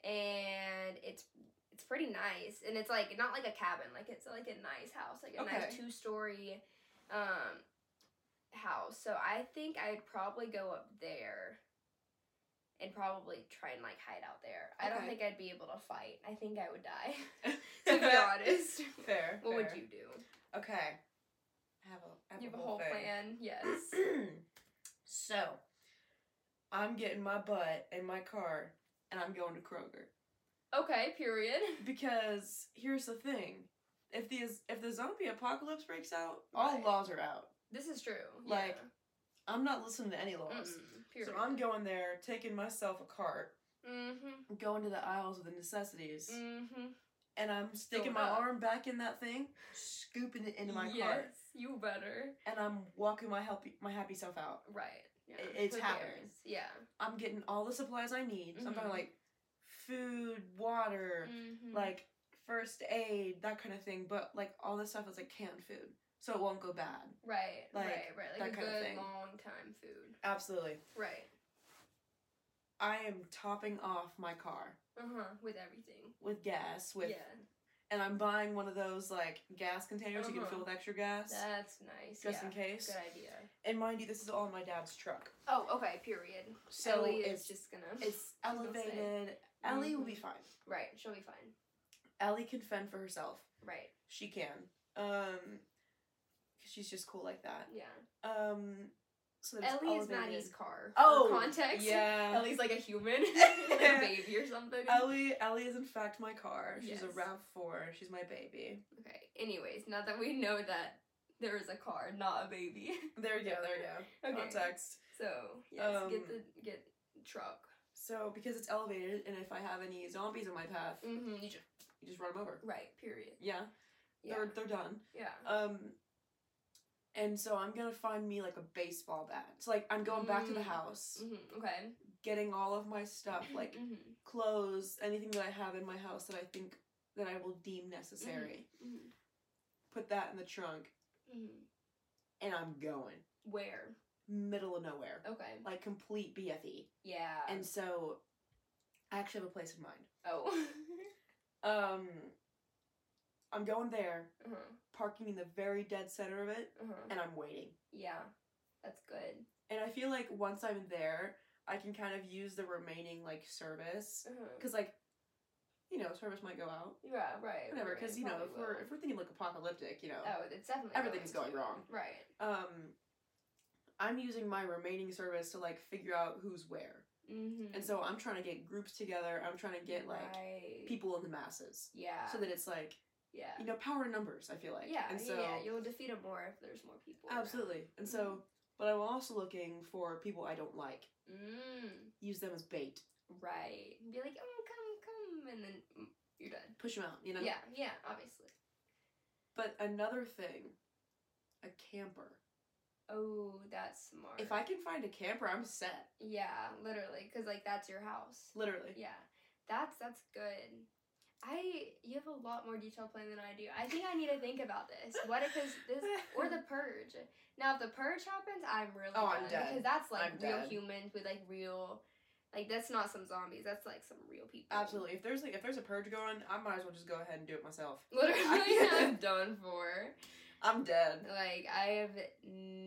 S1: and it's it's pretty nice, and it's like not like a cabin, like it's like a nice house, like a nice
S2: Okay.
S1: two story, um, house. So I think I'd probably go up there, and probably try and like hide out there. I don't
S2: Okay.
S1: think I'd be able to fight. I think I would die. to be honest,
S2: Fair.
S1: what would
S2: fair.
S1: you do?
S2: Okay. I have a. I have
S1: You have a whole
S2: whole, thing.
S1: plan. Yes.
S2: so, I'm getting my butt in my car and I'm going to Kroger
S1: Okay. Period.
S2: because here's the thing: if the if the zombie apocalypse breaks out, all
S1: Right.
S2: laws are out.
S1: This is true.
S2: Like,
S1: Yeah.
S2: I'm not listening to any laws.
S1: Mm-mm, period.
S2: So I'm going there, taking myself a cart,
S1: Mm-hmm.
S2: going to the aisles of the necessities,
S1: Mm-hmm.
S2: and I'm sticking
S1: Filled
S2: my
S1: up.
S2: arm back in that thing, scooping it into my
S1: yes,
S2: cart,
S1: you better.
S2: and I'm walking my happy my happy self out.
S1: Right. Yeah.
S2: It- it's
S1: Who
S2: happening.
S1: cares? Yeah.
S2: I'm getting all the supplies I need. So I'm talking
S1: Mhm.
S2: like food, water,
S1: Mhm.
S2: like first aid, that kind of thing. But like all this stuff is like canned food, so it won't go bad.
S1: right,
S2: like,
S1: right, right.
S2: that
S1: Like a
S2: kind of
S1: good
S2: thing.
S1: long time food.
S2: Absolutely.
S1: Right.
S2: I am topping off my car
S1: Uh huh. With everything.
S2: with gas, with
S1: yeah.
S2: and I'm buying one of those like gas containers you can
S1: Uh-huh.
S2: fill with extra gas
S1: That's nice.
S2: just
S1: yeah.
S2: in case.
S1: Good idea.
S2: And mind you, this is all in my dad's truck,
S1: Oh, okay. Period.
S2: so
S1: Ellie
S2: it's
S1: is just gonna.
S2: it's
S1: I was gonna say. mm-hmm.
S2: elevated. Ellie will be fine.
S1: Right. She'll be fine.
S2: Ellie can fend for herself.
S1: Right.
S2: She can. Um, 'cause she's just cool like that.
S1: Yeah.
S2: Um, so there's
S1: Ellie is
S2: elevated-
S1: Maddie's car. for
S2: Oh,
S1: context.
S2: Yeah.
S1: Ellie's like a human, like a baby or something.
S2: Ellie, Ellie is in fact my car. She's a
S1: Yes.
S2: Rav Four. She's my baby.
S1: Okay. Anyways, now that we know that there is a car, not a baby.
S2: There you go. There you go.
S1: Okay.
S2: Context.
S1: So yes,
S2: Um,
S1: get the get truck.
S2: So because it's elevated, and if I have any zombies in my path,
S1: Mm-hmm. You just
S2: you just run them over.
S1: right. Period.
S2: Yeah,
S1: Yeah.
S2: they're they're done.
S1: yeah.
S2: Um, and so I'm gonna find me like a baseball bat. So like I'm going back to the
S1: Mm.
S2: house,
S1: Mm-hmm. Okay.
S2: getting all of my stuff, like
S1: Mhm,
S2: clothes, anything that I have in my house that I think that I will deem necessary.
S1: mhm,
S2: Put that in the trunk,
S1: mhm.
S2: and I'm going
S1: Where?
S2: middle of nowhere,
S1: Okay.
S2: like complete BFE.
S1: Yeah.
S2: And so I actually have a place in mind.
S1: oh.
S2: Um, I'm going there,
S1: uh-huh.
S2: parking in the very dead center of it,
S1: Uh-huh.
S2: and I'm waiting.
S1: Yeah. That's good.
S2: And I feel like once I'm there, I can kind of use the remaining like service
S1: Uh-huh.
S2: because like, you know, service might go out,
S1: Yeah. Right.
S2: whatever.
S1: right,
S2: Because you know,
S1: probably
S2: if we're
S1: will.
S2: if we're thinking like apocalyptic, you know,
S1: Oh, it's definitely
S2: everything's going
S1: to.
S2: wrong.
S1: Right.
S2: Um, I'm using my remaining service to like figure out who's where,
S1: Mm-hmm.
S2: and so I'm trying to get groups together. I'm trying to get like
S1: right.
S2: people in the masses,
S1: Yeah.
S2: so that it's like
S1: yeah.
S2: you know power in numbers. I feel like
S1: yeah.
S2: and
S1: yeah,
S2: so
S1: yeah. Mm-hmm. You'll defeat them more if there's more people. around.
S2: absolutely and so. But I'm also looking for people I don't like.
S1: Mm,
S2: Use them as bait.
S1: right. Be like, oh, come, come, and then mm, you're done.
S2: Push them out. You know.
S1: Yeah. Yeah. Obviously.
S2: But another thing, a camper.
S1: Oh, that's smart.
S2: If I can find a camper, I'm set.
S1: Yeah, literally, because like that's your house.
S2: Literally.
S1: Yeah, that's that's good. I you have a lot more detailed plan than I do. I think I need to think about this. What because this or the purge. Now if the purge happens, I'm really
S2: Oh, I'm dead.
S1: because that's like
S2: I'm
S1: real
S2: dead.
S1: humans with like real, like that's not some zombies. That's like some real people.
S2: Absolutely. If there's like if there's a purge going, I might as well just go ahead and do it myself.
S1: Literally, I'm done for.
S2: I'm dead.
S1: Like I have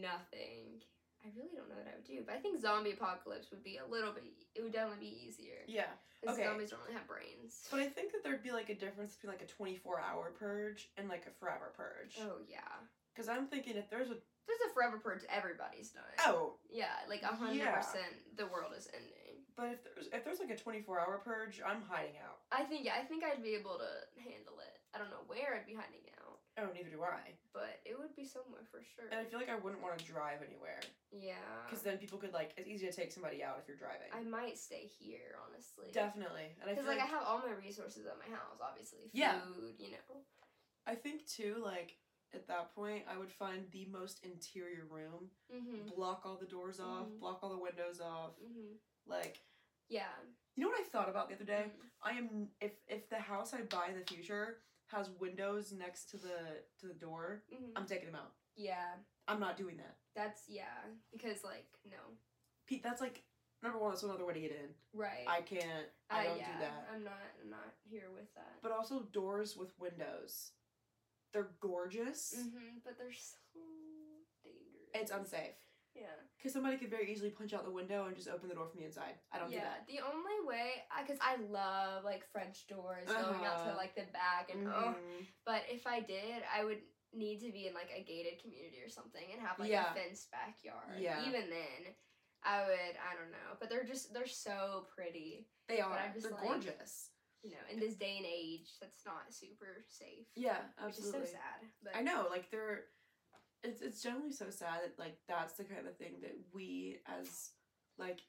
S1: nothing. I really don't know what I would do, but I think zombie apocalypse would be a little bit. It would definitely be easier.
S2: Yeah.
S1: Because
S2: Okay.
S1: zombies don't really have brains.
S2: But I think that there'd be like a difference between like a 24 hour purge and like a forever purge.
S1: Oh yeah,
S2: Because I'm thinking if there's a
S1: there's a forever purge. Everybody's done.
S2: oh,
S1: Yeah, like a hundred
S2: Yeah.
S1: percent. The world is ending.
S2: but if there's if there's like a 24 hour purge, I'm hiding out.
S1: I think. Yeah, I think I'd be able to handle it. I don't know where I'd be hiding out,
S2: Oh, neither do I.
S1: but it would be somewhere for sure.
S2: And I feel like I wouldn't want to drive anywhere
S1: yeah.
S2: because then people could like it's easy to take somebody out if you're driving.
S1: Ah. I might stay here, honestly.
S2: Definitely. And I feel
S1: Because like I have all my resources at my house, obviously. Food,
S2: Yeah.
S1: you know.
S2: I think too, like at that point, I would find the most interior room,
S1: Mm-hmm.
S2: block all the doors off,
S1: Mhm.
S2: block all the windows off.
S1: Mm-hmm.
S2: Like,
S1: Yeah.
S2: you know what I thought about the other day?
S1: Mhm.
S2: I am if if the house I buy in the future has windows next to the to the door,
S1: Mhm.
S2: I'm taking them out.
S1: Yeah.
S2: I'm not doing that.
S1: That's yeah. Because like no.
S2: Pete, that's like number one. That's another way to get in.
S1: Right.
S2: I can't. I don't
S1: Uh, yeah, Um,
S2: do that.
S1: I'm not. I'm not here with that.
S2: But also doors with windows, they're gorgeous.
S1: hmm but they're so dangerous.
S2: It's unsafe
S1: Yeah.
S2: because somebody could very easily punch out the window and just open the door from the inside. I don't do that.
S1: yeah. The only way, because I love like French doors going out to
S2: Uh-huh.
S1: like the back and oh,
S2: Mhm.
S1: but if I did, I would need to be in like a gated community or something and have like
S2: Yeah.
S1: a fenced backyard.
S2: Yeah.
S1: Even then, I would. I don't know. But they're just they're so pretty.
S2: They are.
S1: I'm just
S2: They're
S1: like-
S2: gorgeous.
S1: You know, in this day and age, that's not super safe.
S2: Yeah,
S1: Which is so
S2: absolutely.
S1: sad. But
S2: I know, like they're. It's it's generally so sad that like that's the kind of thing that we as, like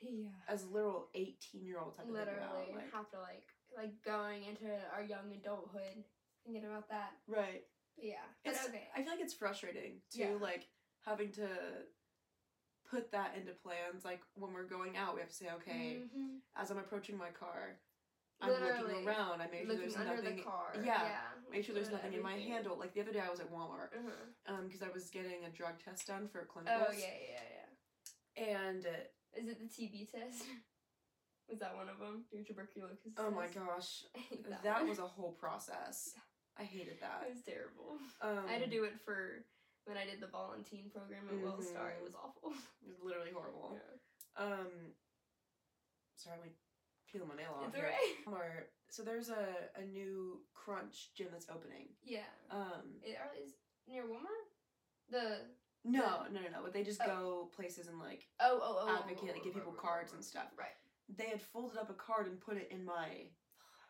S1: Yeah.
S2: as literal eighteen year olds have to
S1: literally
S2: think about. Like,
S1: have to like like going into our young adulthood thinking about that
S2: right.
S1: but yeah but
S2: It's,
S1: okay
S2: I feel like it's frustrating to
S1: Yeah.
S2: like having to put that into plans. Like when we're going out, we have to say, okay,
S1: Mhm.
S2: as I'm approaching my car, I'm
S1: Literally.
S2: looking around. I make sure
S1: looking
S2: there's
S1: under
S2: nothing.
S1: the car
S2: yeah,
S1: like,
S2: Make sure there's
S1: literally
S2: nothing in my
S1: everything.
S2: handle. Like the other day, I was at Walmart.
S1: uh-huh.
S2: um because I was getting a drug test done for clinicals.
S1: oh yeah yeah yeah
S2: And uh,
S1: is it the tb test was that one of them your tuberculosis
S2: oh my
S1: test?
S2: gosh,
S1: I hate
S2: that,
S1: one.
S2: was a whole process. I hated
S1: it
S2: that.
S1: was terrible
S2: Um,
S1: i had to do it for when i did the volunteer program at Wellstar.
S2: Mhm.
S1: it was awful
S2: It was literally horrible.
S1: yeah.
S2: Um, sorry, I'm like peeling my nail off.
S1: It's
S2: here.
S1: alright.
S2: Walmart. So there's a, a new Crunch gym that's opening.
S1: Yeah.
S2: Um,
S1: It, are, is near Walmart? The
S2: no, no, no, no. But they just
S1: Oh.
S2: go places and like
S1: oh oh oh.
S2: advocate, like, give people cards and stuff.
S1: Right.
S2: They had folded up a card and put it in my,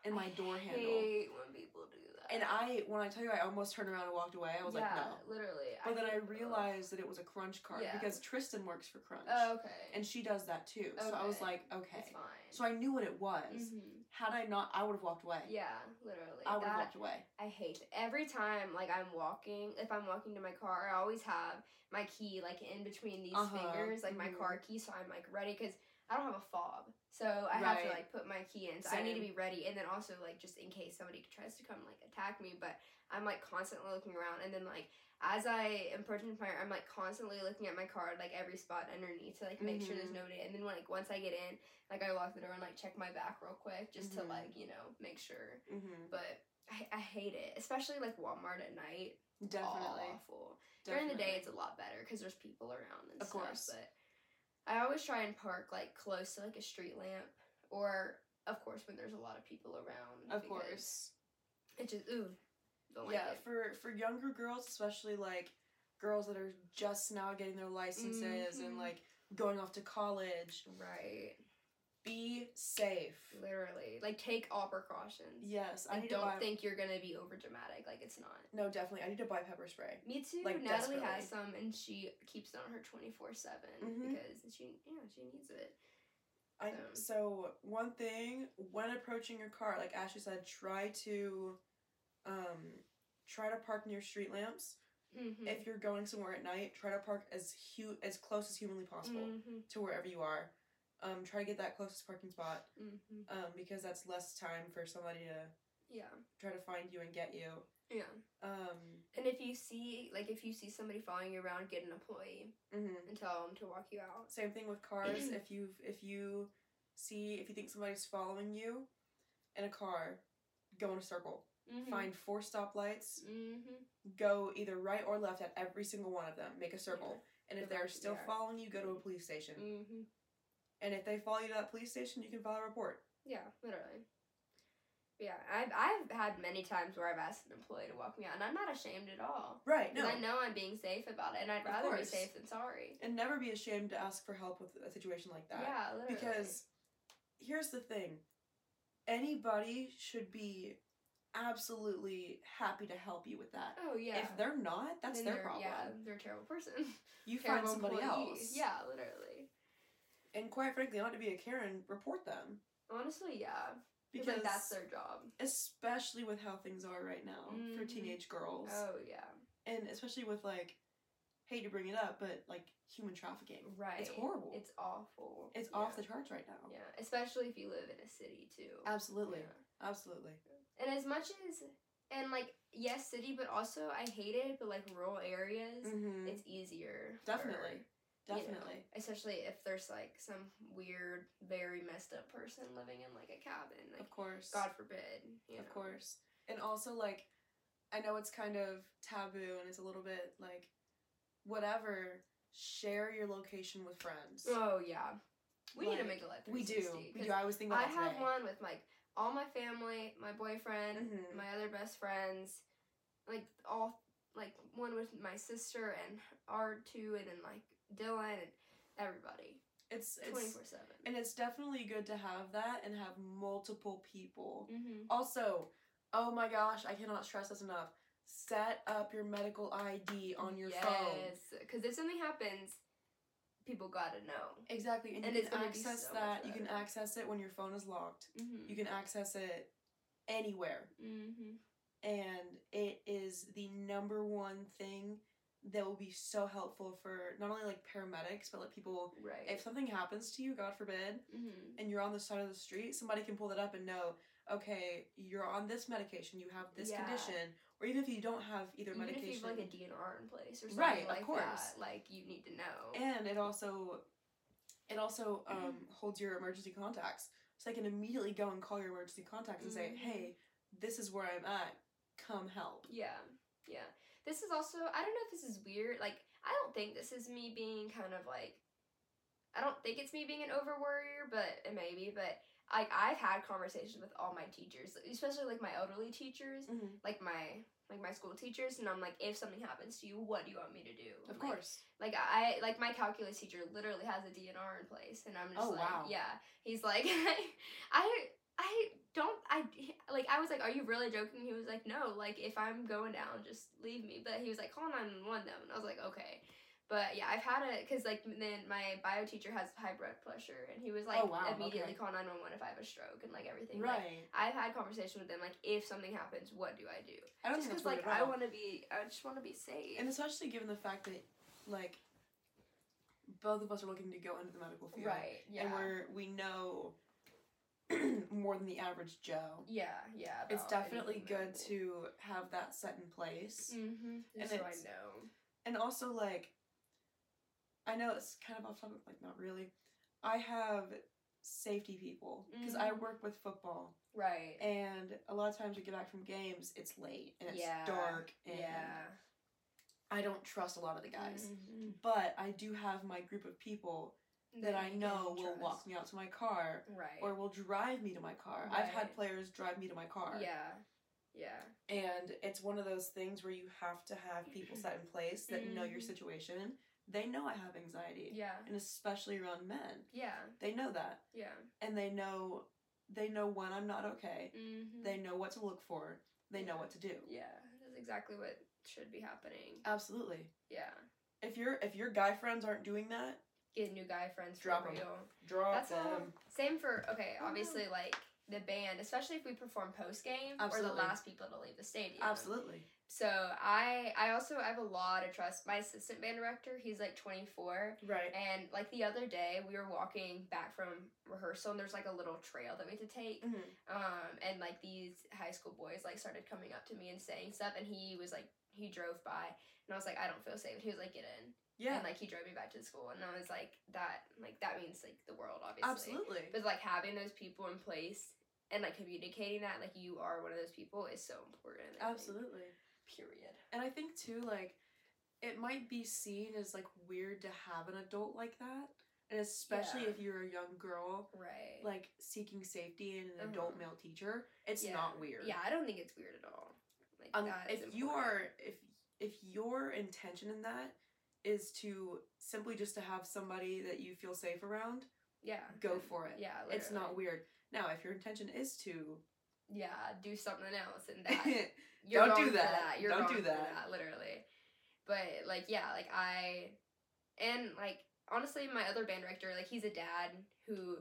S2: in my door
S1: I
S2: handle.
S1: hate when people do that.
S2: And I, when I tell you, I almost turned around and walked away. I was like, no.
S1: literally.
S2: But then I
S1: hate-
S2: realized that it was a Crunch card
S1: Yeah.
S2: because Tristan works for Crunch,
S1: Oh, okay.
S2: and she does that too. So I was
S1: Okay.
S2: like,
S1: it's
S2: okay.
S1: fine.
S2: So I knew what it was.
S1: Mhm.
S2: Had I not, I would have walked away.
S1: Yeah, literally.
S2: I would have
S1: that
S2: walked away.
S1: I hate it. every time like I'm walking. If I'm walking to my car, I always have my key like in between these
S2: Uh-huh,
S1: fingers, like my
S2: mhm.
S1: car key, so I'm like ready because I don't have a fob, so I have to
S2: Right.
S1: like put my key in. So I need to
S2: Same.
S1: be ready, and then also like just in case somebody tries to come like attack me, but I'm like constantly looking around, and then like. As I am approaching the fire, I'm like constantly looking at my card, like every spot underneath to like make sure there's
S2: Mhm.
S1: nobody. And then like once I get in, like I lock the door and like check my back real quick just
S2: Mhm.
S1: to like you know make sure
S2: Mm-hmm.
S1: but I, I hate it, especially like Walmart at night.
S2: Definitely.
S1: awful. During the day, it's a lot better because there's people around and
S2: Of
S1: stuff.
S2: course.
S1: But I always try and park like close to like a street lamp, or of course when there's a lot of people around.
S2: Of
S1: because
S2: course.
S1: it just ooh, don't
S2: yeah,
S1: like it.
S2: for for younger girls, especially like girls that are just now getting their licenses and
S1: Mhm.
S2: like going off to college,
S1: Right,
S2: be safe.
S1: literally, like take all precautions.
S2: Yes, I
S1: I
S2: need
S1: don't
S2: to buy.
S1: think you're gonna be over dramatic. Like it's not.
S2: no, definitely, I need to buy pepper spray.
S1: Me too.
S2: Like,
S1: Natalie
S2: desperately.
S1: has some, and she keeps it on her twenty four seven
S2: Mhm.
S1: because she, yeah, she needs it.
S2: I
S1: So-
S2: so one thing when approaching your car, like Ashley said, try to, um, try to park near street lamps.
S1: Mm-hmm.
S2: If you're going somewhere at night, try to park as hu- as close as humanly possible
S1: Hmm.
S2: to wherever you are. Um, try to get that closest parking spot.
S1: Mm-hmm.
S2: um, because that's less time for somebody to
S1: Yeah,
S2: try to find you and get you.
S1: yeah.
S2: Um,
S1: And if you see, like, if you see somebody following you around, get an employee
S2: mhm.
S1: and tell them to walk you out.
S2: Same thing with cars. if you if you see if you think somebody's following you in a car, go in a circle. Find four stoplights.
S1: Mm-hmm.
S2: Go either right or left at every single one of them. Make a circle. And if
S1: Go back
S2: they're
S1: to
S2: still
S1: the-
S2: following you, go to a police station.
S1: Mm-hmm.
S2: And if they follow you to that police station, you can file a report.
S1: Yeah, literally. Yeah, I've I've had many times where I've asked an employee to walk me out, and I'm not ashamed at all.
S2: Right.
S1: 'Cause
S2: No.
S1: I know I'm being safe about it, and I'd
S2: Of
S1: rather be
S2: course.
S1: safe than sorry.
S2: And never be ashamed to ask for help with a situation like that.
S1: yeah, literally.
S2: Because here's the thing anybody should be absolutely happy to help you with that.
S1: oh yeah,
S2: If they're not, that's
S1: Then
S2: their
S1: they're-
S2: problem.
S1: Yeah, they're a terrible person.
S2: You find
S1: terrible
S2: somebody
S1: employee.
S2: else.
S1: Yeah, literally.
S2: And quite frankly, not to be a Karen, report them.
S1: Honestly, yeah,
S2: Because
S1: because like, that's their job.
S2: especially with how things are right now for
S1: Mhm.
S2: teenage girls.
S1: Oh yeah,
S2: And especially with like hate to bring it up, but like human trafficking.
S1: right.
S2: It's horrible. It's,
S1: It's awful. yeah.
S2: off the charts right now.
S1: Yeah, especially if you live in a city too.
S2: Absolutely.
S1: Yeah.
S2: Absolutely.
S1: And as much as and like yes, city, but also I hate it. But like rural areas,
S2: Mm-hmm.
S1: it's easier.
S2: Definitely.
S1: for, you know,
S2: Definitely.
S1: especially if there's like some weird, very messed up person living in like a cabin. Like
S2: Of course.
S1: God forbid. You
S2: of
S1: know.
S2: course and also like i know it's kind of taboo and it's a little bit like whatever share your location with friends
S1: Oh yeah, we need to
S2: Like,
S1: make a life.
S2: we do
S1: 360,
S2: we
S1: 'cause
S2: do i was thinking
S1: I
S2: about that
S1: had
S2: today.
S1: one with like all my family, my boyfriend,
S2: Mhm.
S1: my other best friends, like all like one with my sister and our two, and then like Dylan and everybody,
S2: it's
S1: twenty
S2: it's
S1: four seven.
S2: and it's definitely good to have that and have multiple people
S1: Mhm.
S2: also oh my gosh i cannot stress this enough set up your medical id on your phone
S1: Yes, because if something happens, people gotta know.
S2: exactly and,
S1: And
S2: you
S1: it's
S2: can
S1: gonna be
S2: access
S1: so much
S2: that you can
S1: better.
S2: access it when your phone is locked
S1: Mm-hmm.
S2: you can access it anywhere
S1: Mm-hmm.
S2: and it is the number one thing that will be so helpful for not only like paramedics but like people
S1: Right.
S2: if something happens to you god forbid
S1: mm-hmm.
S2: and you're on the side of the street somebody can pull that up and know okay you're on this medication you have this
S1: Yeah.
S2: condition or even if you don't have either
S1: Even if
S2: medication
S1: you have like a DNR in place or something
S2: Right, of
S1: like
S2: course.
S1: that, like you need to know.
S2: and it also it also um, holds your emergency contacts so i can immediately go and call your emergency contacts and say
S1: Mhm.
S2: hey this is where i'm at come help
S1: Yeah, yeah. This is also, I don't know if this is weird. Like, I don't think this is me being kind of like, I don't think it's me being an over worrier, but maybe, but like I've had conversations with all my teachers, especially like my elderly teachers,
S2: Mhm.
S1: like my like my school teachers, and I'm like, if something happens to you, what do you want me to do?
S2: Of
S1: Like-
S2: course.
S1: Like I like my calculus teacher literally has a DNR in place, and I'm just
S2: Oh,
S1: like,
S2: wow.
S1: yeah. He's like, I I don't I like I was like, are you really joking? He was like, no. Like if I'm going down, just leave me. But he was like, call nine one one them, and I was like, okay. But yeah, I've had a because like then my bio teacher has high blood pressure, and he was like
S2: Oh, wow,
S1: immediately
S2: okay.
S1: call nine one one if I have a stroke and like everything. Like,
S2: Right.
S1: I've had conversations with them like if something happens, what do I do?
S2: I don't
S1: Just
S2: think that's
S1: because
S2: weird
S1: like
S2: at
S1: I
S2: all.
S1: want to be, I just want to be safe.
S2: and especially given the fact that, like, both of us are looking to go into the medical field,
S1: right. Yeah.
S2: And we're we know more than the average Joe.
S1: Yeah, yeah.
S2: It's definitely good to have that set in place.
S1: Mm-hmm.
S2: And
S1: so I
S2: it's-
S1: know.
S2: and also like i know it's kind of off topic like not really i have safety people because i
S1: Mhm.
S2: work with football
S1: Right.
S2: and a lot of times we get back from games it's late and it's
S1: Yeah,
S2: dark and
S1: yeah. Mm-hmm.
S2: i don't trust a lot of the guys but i do have my group of people that i know will walk me out to my car
S1: Right.
S2: or will drive me to my car i've had
S1: Right.
S2: players drive me to my car
S1: yeah, yeah.
S2: and it's one of those things where you have to have people set in place that know your
S1: Mhm.
S2: situation they know i have anxiety
S1: Yeah.
S2: and especially around men.
S1: Yeah.
S2: They know that,
S1: Yeah.
S2: and they know they know when I'm not okay.
S1: Mm-hmm.
S2: They know what to look for. They know
S1: Yeah.
S2: what to do.
S1: yeah. That's exactly what should be happening.
S2: Uh, Absolutely.
S1: Yeah.
S2: If your if your guy friends aren't doing that,
S1: Get new guy friends for
S2: Drop 'em.
S1: real.
S2: drop
S1: That's how-
S2: them.
S1: Same for okay,
S2: Oh, no.
S1: obviously like the band, especially if we perform post game, we're the
S2: Absolutely.
S1: last people to leave the stadium.
S2: Absolutely.
S1: So I I also I have a lot of trust. My assistant band director, he's like 24,
S2: Right.
S1: and like the other day we were walking back from rehearsal, and there's like a little trail that we had to take.
S2: hmm
S1: Um, and like these high school boys like started coming up to me and saying stuff, and he was like he drove by, and I was like I don't feel safe. And he was like get in,
S2: Yeah.
S1: and like he drove me back to the school, and I was like that like that means like the world obviously.
S2: Absolutely.
S1: But like having those people in place and like communicating that like you are one of those people is so important. I think.
S2: Absolutely.
S1: Period.
S2: And I think too, like, it might be seen as like weird to have an adult like that, and especially
S1: Yeah.
S2: if you're a young girl
S1: Right.
S2: like seeking safety in an
S1: Uh-huh.
S2: adult male teacher. It's
S1: Yeah.
S2: not weird.
S1: Yeah, I don't think it's weird at all. Like
S2: Um,
S1: that
S2: if
S1: is
S2: you are
S1: important.
S2: if if your intention in that is to simply just to have somebody that you feel safe around,
S1: yeah,
S2: go for it.
S1: Yeah,
S2: it's not
S1: literally.
S2: weird. Now, if your intention is to
S1: Yeah, do something else and that.
S2: Don't
S1: wrong
S2: do
S1: for
S2: that.
S1: You're
S2: Don't
S1: wrong
S2: do
S1: for
S2: that.
S1: Literally, but like yeah, like I, and like honestly, my other band director, like he's a dad who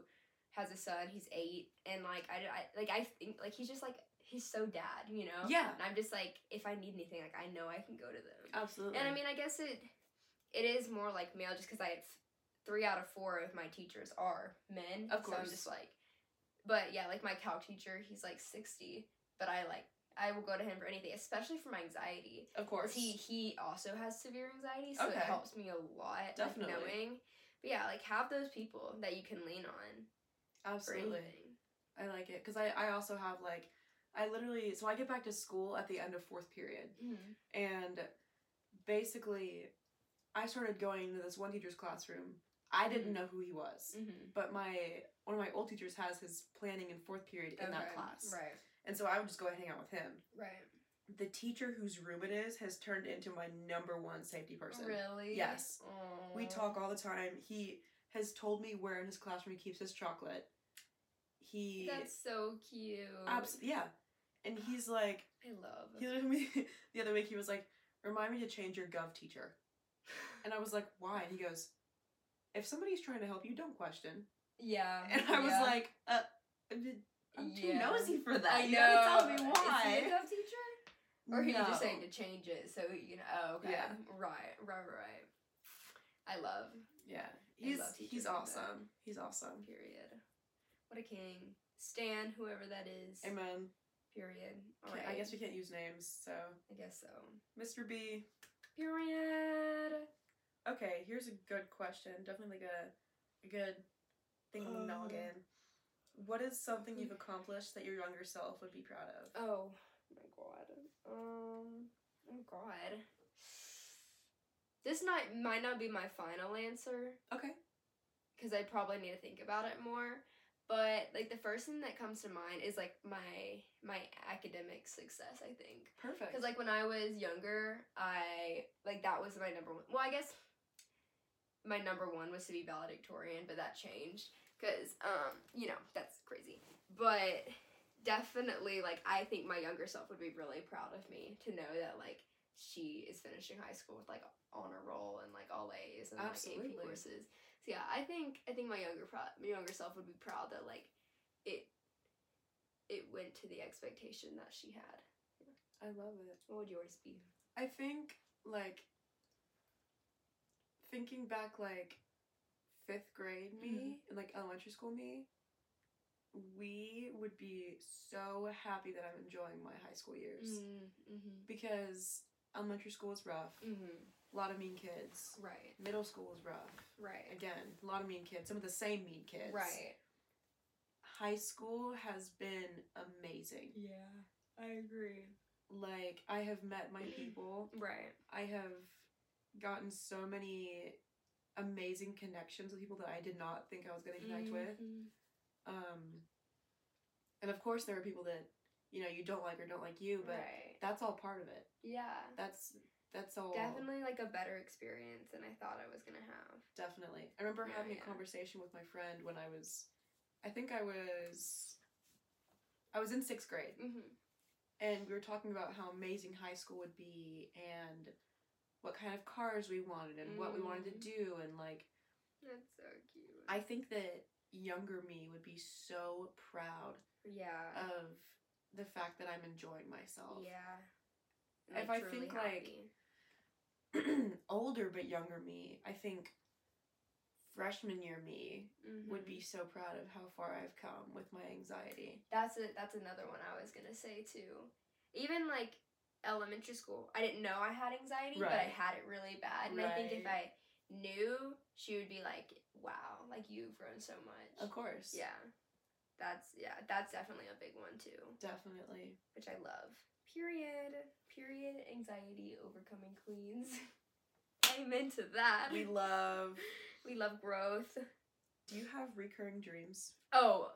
S1: has a son. He's eight, and like I, I like I think like he's just like he's so dad, you know.
S2: yeah,
S1: And I'm just like, if I need anything, like I know I can go to them.
S2: absolutely.
S1: And I mean, I guess it it is more like male just because I have three out of four of my teachers are men.
S2: Of
S1: So I'm
S2: course.
S1: just like, but yeah, like my cow teacher, he's like 60, but I like, I will go to him for anything, especially for my anxiety.
S2: of course,
S1: He he also has severe anxiety, so
S2: Okay.
S1: it helps me a lot.
S2: Definitely.
S1: Like knowing. But yeah, like have those people that you can lean on for
S2: absolutely.
S1: anything.
S2: I like it because I I also have like I literally so I get back to school at the end of fourth period Mm-hmm. and basically I started going to this one teacher's classroom. I didn't
S1: Mhm.
S2: know who he was.
S1: Mm-hmm.
S2: but my one of my old teachers has his planning in fourth period in that class,
S1: Right.
S2: and so I would just go and hang out with him.
S1: Right.
S2: The teacher whose room it is has turned into my number one safety person.
S1: Oh, Really?
S2: Yes. We
S1: Aw.
S2: talk all the time. He has told me where in his classroom he keeps his chocolate. He
S1: That's so cute.
S2: abs- yeah, and he's like
S1: I love.
S2: he looked at me the other week. He was like, "Remind me to change your gov teacher," and I was like, "Why?" And he goes, "If somebody's trying to help you, don't question."
S1: yeah.
S2: And I was
S1: yeah.
S2: like, uh, I'm too
S1: Yeah.
S2: nosy for that.
S1: I
S2: you
S1: know.
S2: gotta tell me
S1: Is he
S2: why.
S1: a gov teacher? Or he was just saying to change it so you know? Oh, okay.
S2: Yeah.
S1: Right. Right. Right. I love.
S2: Yeah, he's
S1: love teachers
S2: he's
S1: like that.
S2: awesome. He's awesome.
S1: Period. What a king. Stan, whoever that is.
S2: Amen.
S1: Period. All
S2: Okay,
S1: right.
S2: I guess we can't use names. So,
S1: I guess so.
S2: Mr. B.
S1: Period.
S2: Okay, here's a good question. Definitely like a, a good thing in the
S1: Um.
S2: noggin. What is something you've accomplished that your younger self would be proud of?
S1: Oh my god. Um. Oh god. This not might not be my final answer
S2: Okay.
S1: because I probably need to think about it more. But like the first thing that comes to mind is like my my academic success, I think.
S2: Perfect.
S1: Because like when I was younger, I like that was my number one. Well, I guess my number one was to be valedictorian, but that changed because um you know that's crazy. But definitely, like I think my younger self would be really proud of me to know that like she is finishing high school with like honor roll and like all A's and like
S2: Absolutely.
S1: AP courses. So yeah, I think I think my younger pro- my younger self would be proud that like it it went to the expectation that she had.
S2: I love it.
S1: What would yours be?
S2: I think like thinking back like fifth grade me and like elementary school me, we would be so happy that I'm enjoying my high school years
S1: Mm-hmm.
S2: because elementary school was rough.
S1: Mm-hmm.
S2: A lot of mean kids.
S1: Right.
S2: Middle school was rough.
S1: Right.
S2: Again, a lot of mean kids. Some of the same mean kids.
S1: Right.
S2: High school has been amazing.
S1: Yeah, I agree.
S2: Mm. Like I have met my people.
S1: Right.
S2: I have gotten so many amazing connections with people that I did not think I was going to connect
S1: Mm-hmm.
S2: with. Um, and of course, there are people that you know you don't like or don't like you, but
S1: Right.
S2: that's all part of it.
S1: Yeah.
S2: That's that's all
S1: Definitely like a better experience than I thought I was gonna have.
S2: definitely. I remember
S1: Yeah,
S2: having
S1: yeah.
S2: a conversation with my friend when I was, I think I was, I was in sixth grade,
S1: Mm-hmm.
S2: and we were talking about how amazing high school would be and what kind of cars we wanted and what we wanted
S1: Mm.
S2: to do and like
S1: That's so cute.
S2: I think that younger me would be so proud
S1: yeah.
S2: of the fact that I'm enjoying myself.
S1: yeah.
S2: if I
S1: truly
S2: think, like,
S1: happy.
S2: Older but younger me, I think freshman year me would
S1: Mhm.
S2: be so proud of how far I've come with my anxiety.
S1: That's a, that's another one I was gonna say too. Even like elementary school, I didn't know I had anxiety, but I
S2: Right.
S1: had it really bad. And I think if I knew, she would be like, "Wow, like you've grown so much."
S2: Of course.
S1: Yeah, that's yeah, that's definitely a big one too,
S2: Definitely.
S1: which I love. Period. Period. Anxiety overcoming queens. Amen to that.
S2: We love
S1: we love growth.
S2: Do you have recurring dreams?
S1: Oh,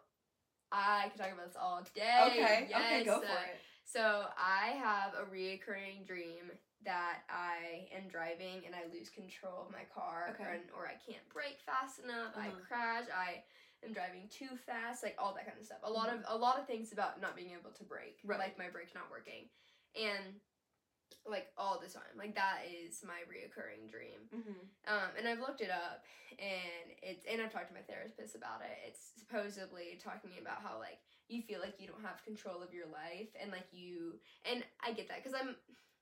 S1: I could talk about this all day.
S2: Okay. okay, go
S1: Yes. uh,
S2: for it.
S1: So I have a reoccurring dream that I am driving and I lose control of my car,
S2: Okay.
S1: or, or I can't brake fast enough.
S2: Uh-huh.
S1: I crash. I am driving too fast. Like all that kind of stuff. A lot of a lot of things about not being able to brake,
S2: Mm-hmm. Right.
S1: like my brake not working, and like all the time. Like that is my reoccurring dream.
S2: Mm-hmm.
S1: Um, and I've looked it up, and it's and I've talked to my therapist about it. It's supposedly talking about how like you feel like you don't have control of your life, and like you and I get that because I'm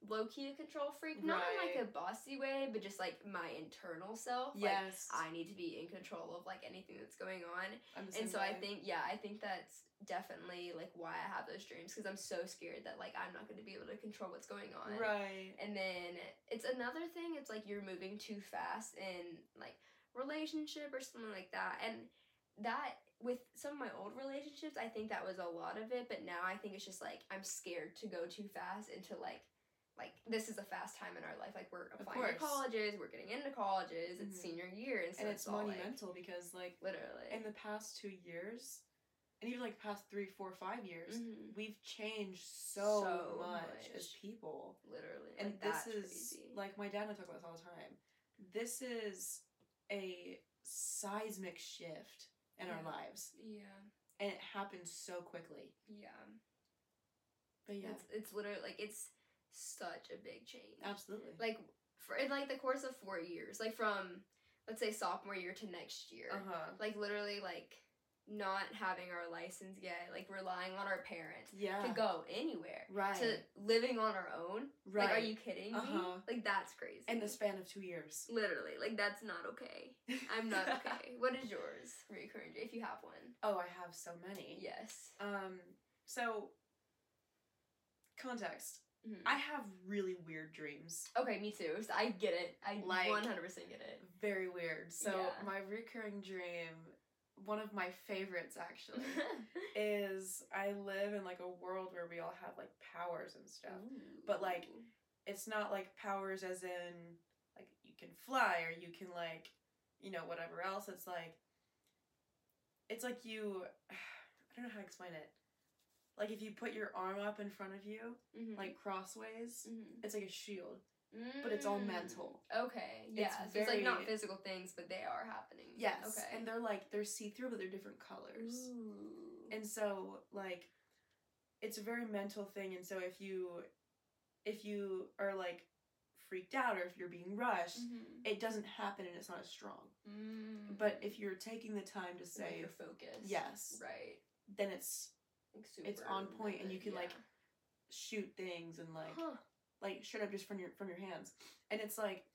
S1: low key a control freak, not in like a bossy way, but just like my internal self. like,
S2: Yes.
S1: I need to be in control of like anything that's going on,
S2: I'm the same
S1: and so I
S2: way.
S1: think yeah, I think that's definitely like why I have those dreams because I'm so scared that like I'm not going to be able to control what's going on,
S2: Right.
S1: and then it's another thing, it's like you're moving too fast in like relationship or something like that. And that with some of my old relationships, I think that was a lot of it, but now I think it's just like I'm scared to go too fast and to like like this is a fast time in our life. Like we're applying to
S2: course.
S1: colleges, we're getting into colleges,
S2: Mhm.
S1: it's senior year and so
S2: And it's
S1: all like,
S2: monumental because like
S1: literally.
S2: in the past two years, and even like past three, four, five years,
S1: Mhm.
S2: we've changed so,
S1: So
S2: much, as
S1: much.
S2: people.
S1: literally.
S2: And
S1: like,
S2: this
S1: that's
S2: is
S1: crazy.
S2: like my dad and I talk about this all the time. This is a seismic shift in our
S1: Yeah.
S2: lives,
S1: Yeah.
S2: and it happens so quickly.
S1: Yeah.
S2: But yeah,
S1: It's it's literally like it's such a big change.
S2: absolutely.
S1: like for in like the course of four years, like from let's say sophomore year to next year,
S2: Uh huh.
S1: like literally like not having our license yet, like relying on our parents
S2: Yeah.
S1: to go anywhere,
S2: Right.
S1: to living on our own.
S2: right.
S1: Like, are you kidding
S2: Uh-huh.
S1: me? Like that's crazy.
S2: in the span of two years?
S1: literally, like that's not okay. I'm not okay. what is yours, recurring? If you have one,
S2: oh, I have so many.
S1: yes.
S2: Um. So. Context.
S1: Mhm.
S2: I have really weird dreams.
S1: okay, me too. So I get it. I
S2: Like-
S1: 100 percent get it.
S2: Very weird. So
S1: Yeah.
S2: my recurring dream, one of my favorites actually, is I live in like a world where we all have like powers and stuff.
S1: Mm-hmm.
S2: But, like,
S1: Ooh.
S2: It's not like powers as in like you can fly or you can like you know whatever else. It's like it's like you I don't know how to explain it. Like if you put your arm up in front of you,
S1: Mhm.
S2: like crossways,
S1: Mhm.
S2: it's like a shield, but it's all
S1: Mm.
S2: mental.
S1: Okay. Yeah.
S2: It's
S1: so it's like not
S2: very-
S1: physical things, but they are happening.
S2: Yes.
S1: Okay.
S2: And they're like they're see through, but they're different colors.
S1: Ooh.
S2: And so like it's a very mental thing and so if you if you are like freaked out or if you're being rushed,
S1: Mhm.
S2: it doesn't happen and it's not as strong.
S1: Mm.
S2: But if you're taking the time to
S1: Like,
S2: say
S1: you're focused.
S2: yes,
S1: right.
S2: then it's
S1: Like,
S2: It's
S1: super
S2: on point and you
S1: method,
S2: can, like,
S1: yeah.
S2: shoot things and like
S1: Huh.
S2: like straight up just from your from your hands. And it's like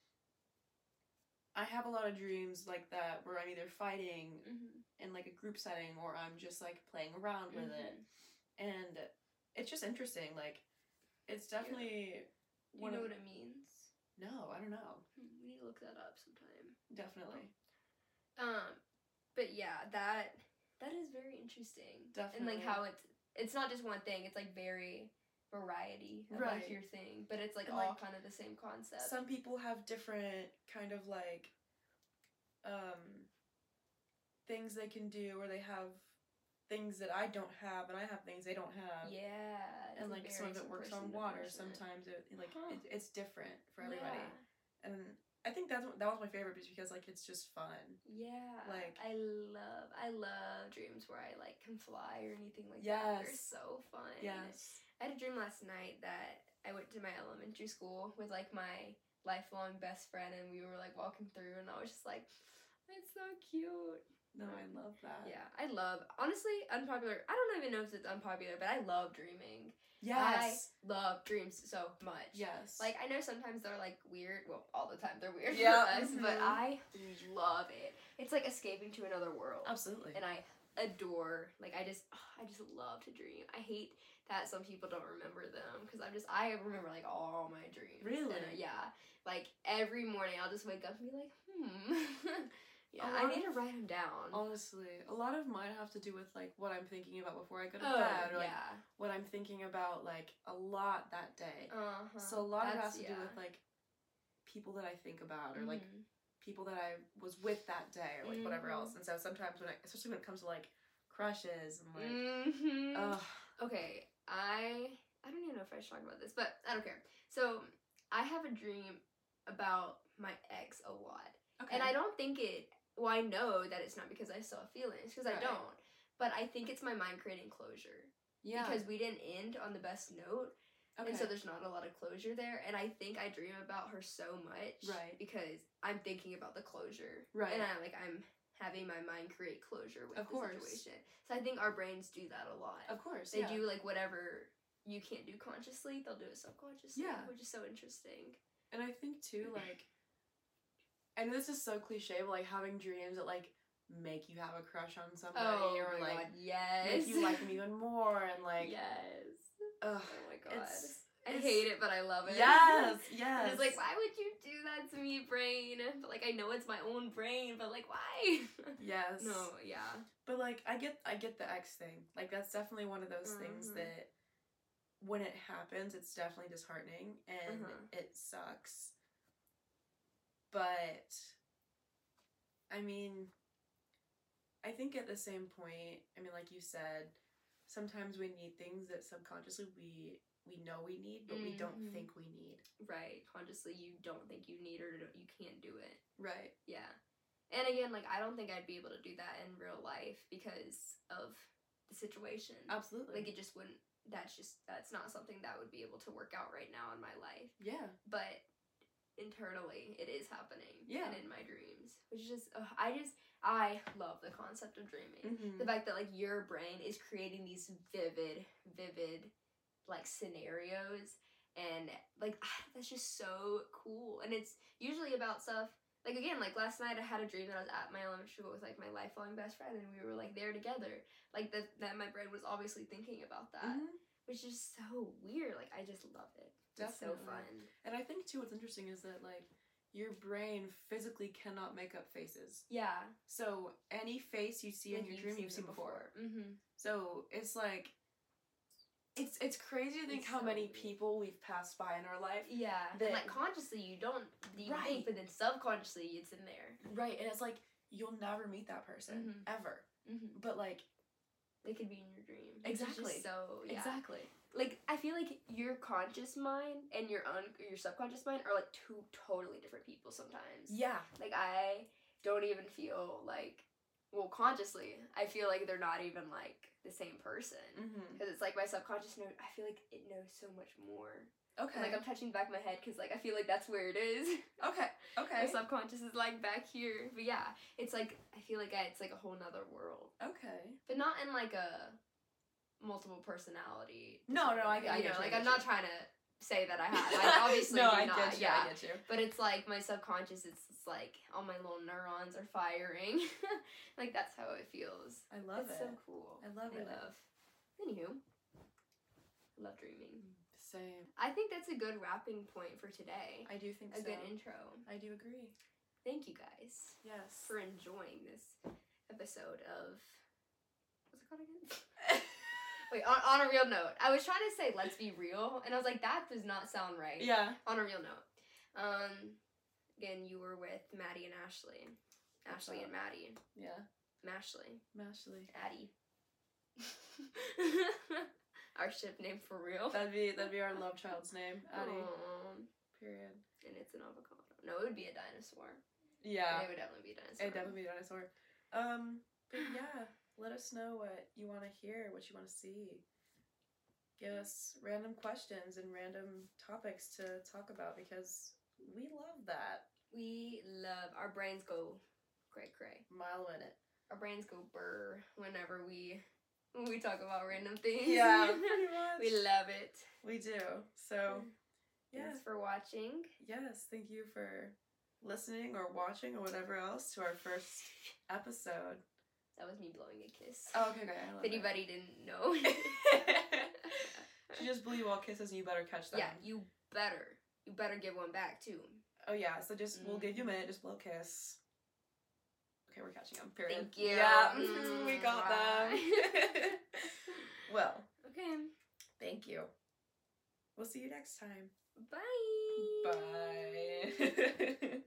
S2: I have a lot of dreams like that where I'm either fighting
S1: Mhm.
S2: in like a group setting or I'm just like playing around with it.
S1: Mhm.
S2: And it's just interesting. Like it's
S1: Yeah.
S2: definitely
S1: You
S2: one
S1: know
S2: of-
S1: what it means?
S2: No, I don't know.
S1: Hmm, We need to look that up sometime. Oh,
S2: Definitely.
S1: Um, but yeah, that that is very interesting. And
S2: Definitely.
S1: like how it's it's not just one thing. It's like very variety of
S2: Right.
S1: like your thing, but it's like
S2: And,
S1: all
S2: like,
S1: kind of the same concept.
S2: Some people have different kind of like um things they can do or they have things that I don't have and I have things they don't have.
S1: yeah, it's
S2: And
S1: a
S2: like some
S1: very
S2: of it works
S1: person
S2: on
S1: to
S2: water.
S1: person.
S2: Sometimes it like
S1: Huh.
S2: it, it's different for everybody.
S1: Yeah.
S2: And I think that's what- that was my favorite just because like it's just fun.
S1: Yeah.
S2: Like-
S1: I love I love dreams where I like can fly or anything like that. They're
S2: Yes.
S1: so fun.
S2: Yes.
S1: I had a dream last night that I went to my elementary school with like my lifelong best friend and we were like walking through and I was just like it's so cute.
S2: No, I love that.
S1: Yeah, I love honestly unpopular. I don't even know if it's unpopular, but I love dreaming.
S2: Yes.
S1: Love dreams so much.
S2: Yes.
S1: Like I know sometimes they're like weird. Well, all the time they're weird
S2: Yeah,
S1: for us, but
S2: mhm.
S1: I love it. It's like escaping to another world,
S2: absolutely.
S1: and I adore. Like I just, I just love to dream. I hate that some people don't remember them because I'm just, I remember like all my dreams.
S2: Really?
S1: And, uh, yeah. Like every morning, I'll just wake up and be like, hmm. yeah,
S2: A
S1: I
S2: lot
S1: need to
S2: of-
S1: write them down.
S2: Honestly, a lot of mine have to do with like what I'm thinking about before I go to
S1: oh
S2: bed, or like
S1: yeah.
S2: what I'm thinking about like a lot that day.
S1: Uh-huh.
S2: so a lot of it
S1: That's-
S2: has to do
S1: yeah.
S2: with like people that I think about, or like
S1: Mhm.
S2: people that I was with that day, or like whatever
S1: Mhm.
S2: else. And so sometimes when, I, especially when it comes to like crushes, and like, um,
S1: Mhm.
S2: ugh,
S1: Okay, I I don't even know if I should talk about this, but I don't care. So I have a dream about my ex a lot,
S2: okay.
S1: and I don't think it. Well, I know that it's not because I still have feelings, because I
S2: Right.
S1: don't. But I think it's my mind creating closure
S2: yeah,
S1: because we didn't end on the best note,
S2: okay.
S1: and so there's not a lot of closure there. And I think I dream about her so much,
S2: Right.
S1: Because I'm thinking about the closure,
S2: Right.
S1: And I like I'm having my mind create closure with
S2: Of
S1: the
S2: course.
S1: situation. So I think our brains do that a lot
S2: of course
S1: they
S2: yeah.
S1: do like whatever you can't do consciously, they'll do it subconsciously.
S2: Yeah.
S1: Which is so interesting.
S2: And I think too, like, I know this is so cliche, but like having dreams that like make you have a crush on somebody,
S1: Oh
S2: or like
S1: yes.
S2: Oh make you like them even more, and like,
S1: yes.
S2: ugh,
S1: Oh my god.
S2: it's-
S1: I
S2: it's-
S1: hate it, but I love it.
S2: Yes, yes.
S1: And it's like, why would you do that to me, brain? But like, I know it's my own brain, but like, why?
S2: Yes.
S1: no, yeah.
S2: But like, I get, I get the X thing. Like, that's definitely one of those things
S1: Mhm.
S2: that when it happens, it's definitely disheartening and
S1: Mhm.
S2: it sucks. But I mean, I think at the same point, I mean, like you said, sometimes we need things that subconsciously we we know we need, but we don't
S1: Mhm.
S2: think we need.
S1: Right. Consciously, you don't think you need or don't- you can't do it.
S2: Right.
S1: Yeah. And again, like, I don't think I'd be able to do that in real life because of the situation.
S2: Absolutely.
S1: like it just wouldn't that's just that's not something that would be able to work out right now in my life
S2: yeah.
S1: but internally it is happening
S2: Yeah.
S1: and in my dreams which is just ugh, i just i love the concept of dreaming
S2: Mhm.
S1: the fact that like your brain is creating these vivid vivid like scenarios and like that's just so cool and it's usually about stuff like again like last night i had a dream that i was at my elementary school with like my lifelong best friend and we were like there together like that that my brain was obviously thinking about that
S2: Mhm.
S1: which is so weird like i just love it it's so
S2: Definitely.
S1: fun
S2: And I think too, what's interesting is that like your brain physically cannot make up faces.
S1: yeah
S2: So any face you see in your dream, you've seen before.
S1: mm-hmm.
S2: So it's like, it's it's crazy to think
S1: It's
S2: how
S1: so
S2: many
S1: weird.
S2: people we've passed by in our life.
S1: yeah
S2: The-
S1: and like consciously you don't you
S2: Right.
S1: think but then subconsciously it's in there
S2: Right, and it's like you'll never meet that person
S1: Mhm.
S2: ever.
S1: Mhm.
S2: but like
S1: They could be in your dream. It's just
S2: Exactly.
S1: so yeah.
S2: exactly
S1: Like I feel like your conscious mind and your un- your subconscious mind are like two totally different people sometimes.
S2: yeah
S1: Like I don't even feel like well consciously I feel like they're not even like the same person.
S2: mm-hmm.
S1: Because it's like my subconscious knows. I feel like it knows so much more.
S2: okay
S1: And, like I'm touching the back of my head because like I feel like that's where it is.
S2: okay
S1: my
S2: okay
S1: subconscious is like back here. But yeah, it's like I feel like I, it's like a whole nother world,
S2: okay
S1: but not in like a multiple personality.
S2: No, no, I-
S1: disorder,
S2: I get
S1: you know,
S2: you, I
S1: like
S2: get
S1: I'm not
S2: you.
S1: trying to say that I have. I obviously
S2: no
S1: do
S2: I
S1: not.
S2: get you
S1: yeah.
S2: I get you
S1: But it's like my subconscious. It's, it's like all my little neurons are firing. like that's how it feels.
S2: I love
S1: it's
S2: it
S1: so cool.
S2: I love
S1: I
S2: it
S1: love. Anywho, I love dreaming.
S2: same
S1: I think that's a good wrapping point for today.
S2: I do think
S1: A
S2: so
S1: good intro.
S2: I do agree
S1: Thank you guys
S2: yes
S1: for enjoying this episode of. What's it called again? Wait, on, on a real note. I was trying to say let's be real, and I was like, that does not sound right.
S2: yeah
S1: On a real note. Um, again, you were with Maddie and Ashley. Ashley and Maddie.
S2: yeah
S1: Mashley.
S2: Mashley
S1: Addie. Our ship name for real.
S2: that'd be that'd be our love child's name Addie
S1: Um,
S2: period
S1: and it's an avocado. No, it would be a dinosaur.
S2: yeah
S1: It would definitely be a dinosaur.
S2: It'd definitely be a dinosaur. Um, but yeah, let us know what you want to hear, what you want to see. Give us random questions and random topics to talk about because we love that.
S1: We love our brains go cray cray.
S2: Mile in it.
S1: Our brains go burr whenever we when we talk about random things.
S2: pretty much.
S1: we love it.
S2: We do. So, yeah.
S1: Thanks for watching.
S2: Yes, thank you for listening or watching or whatever else to our first episode.
S1: That was me blowing a kiss.
S2: Oh, okay, okay. I love
S1: if anybody didn't know.
S2: that. she just blew you all kisses and you better catch them.
S1: yeah, you better. You better give one back too.
S2: Oh yeah, so just we'll give you a minute, just blow kiss. Okay, we're catching them. Period.
S1: Thank you.
S2: Yeah,
S1: Mm,
S2: we got them.
S1: bye.
S2: well,
S1: Okay.
S2: thank you. We'll see you next time.
S1: Bye.
S2: Bye.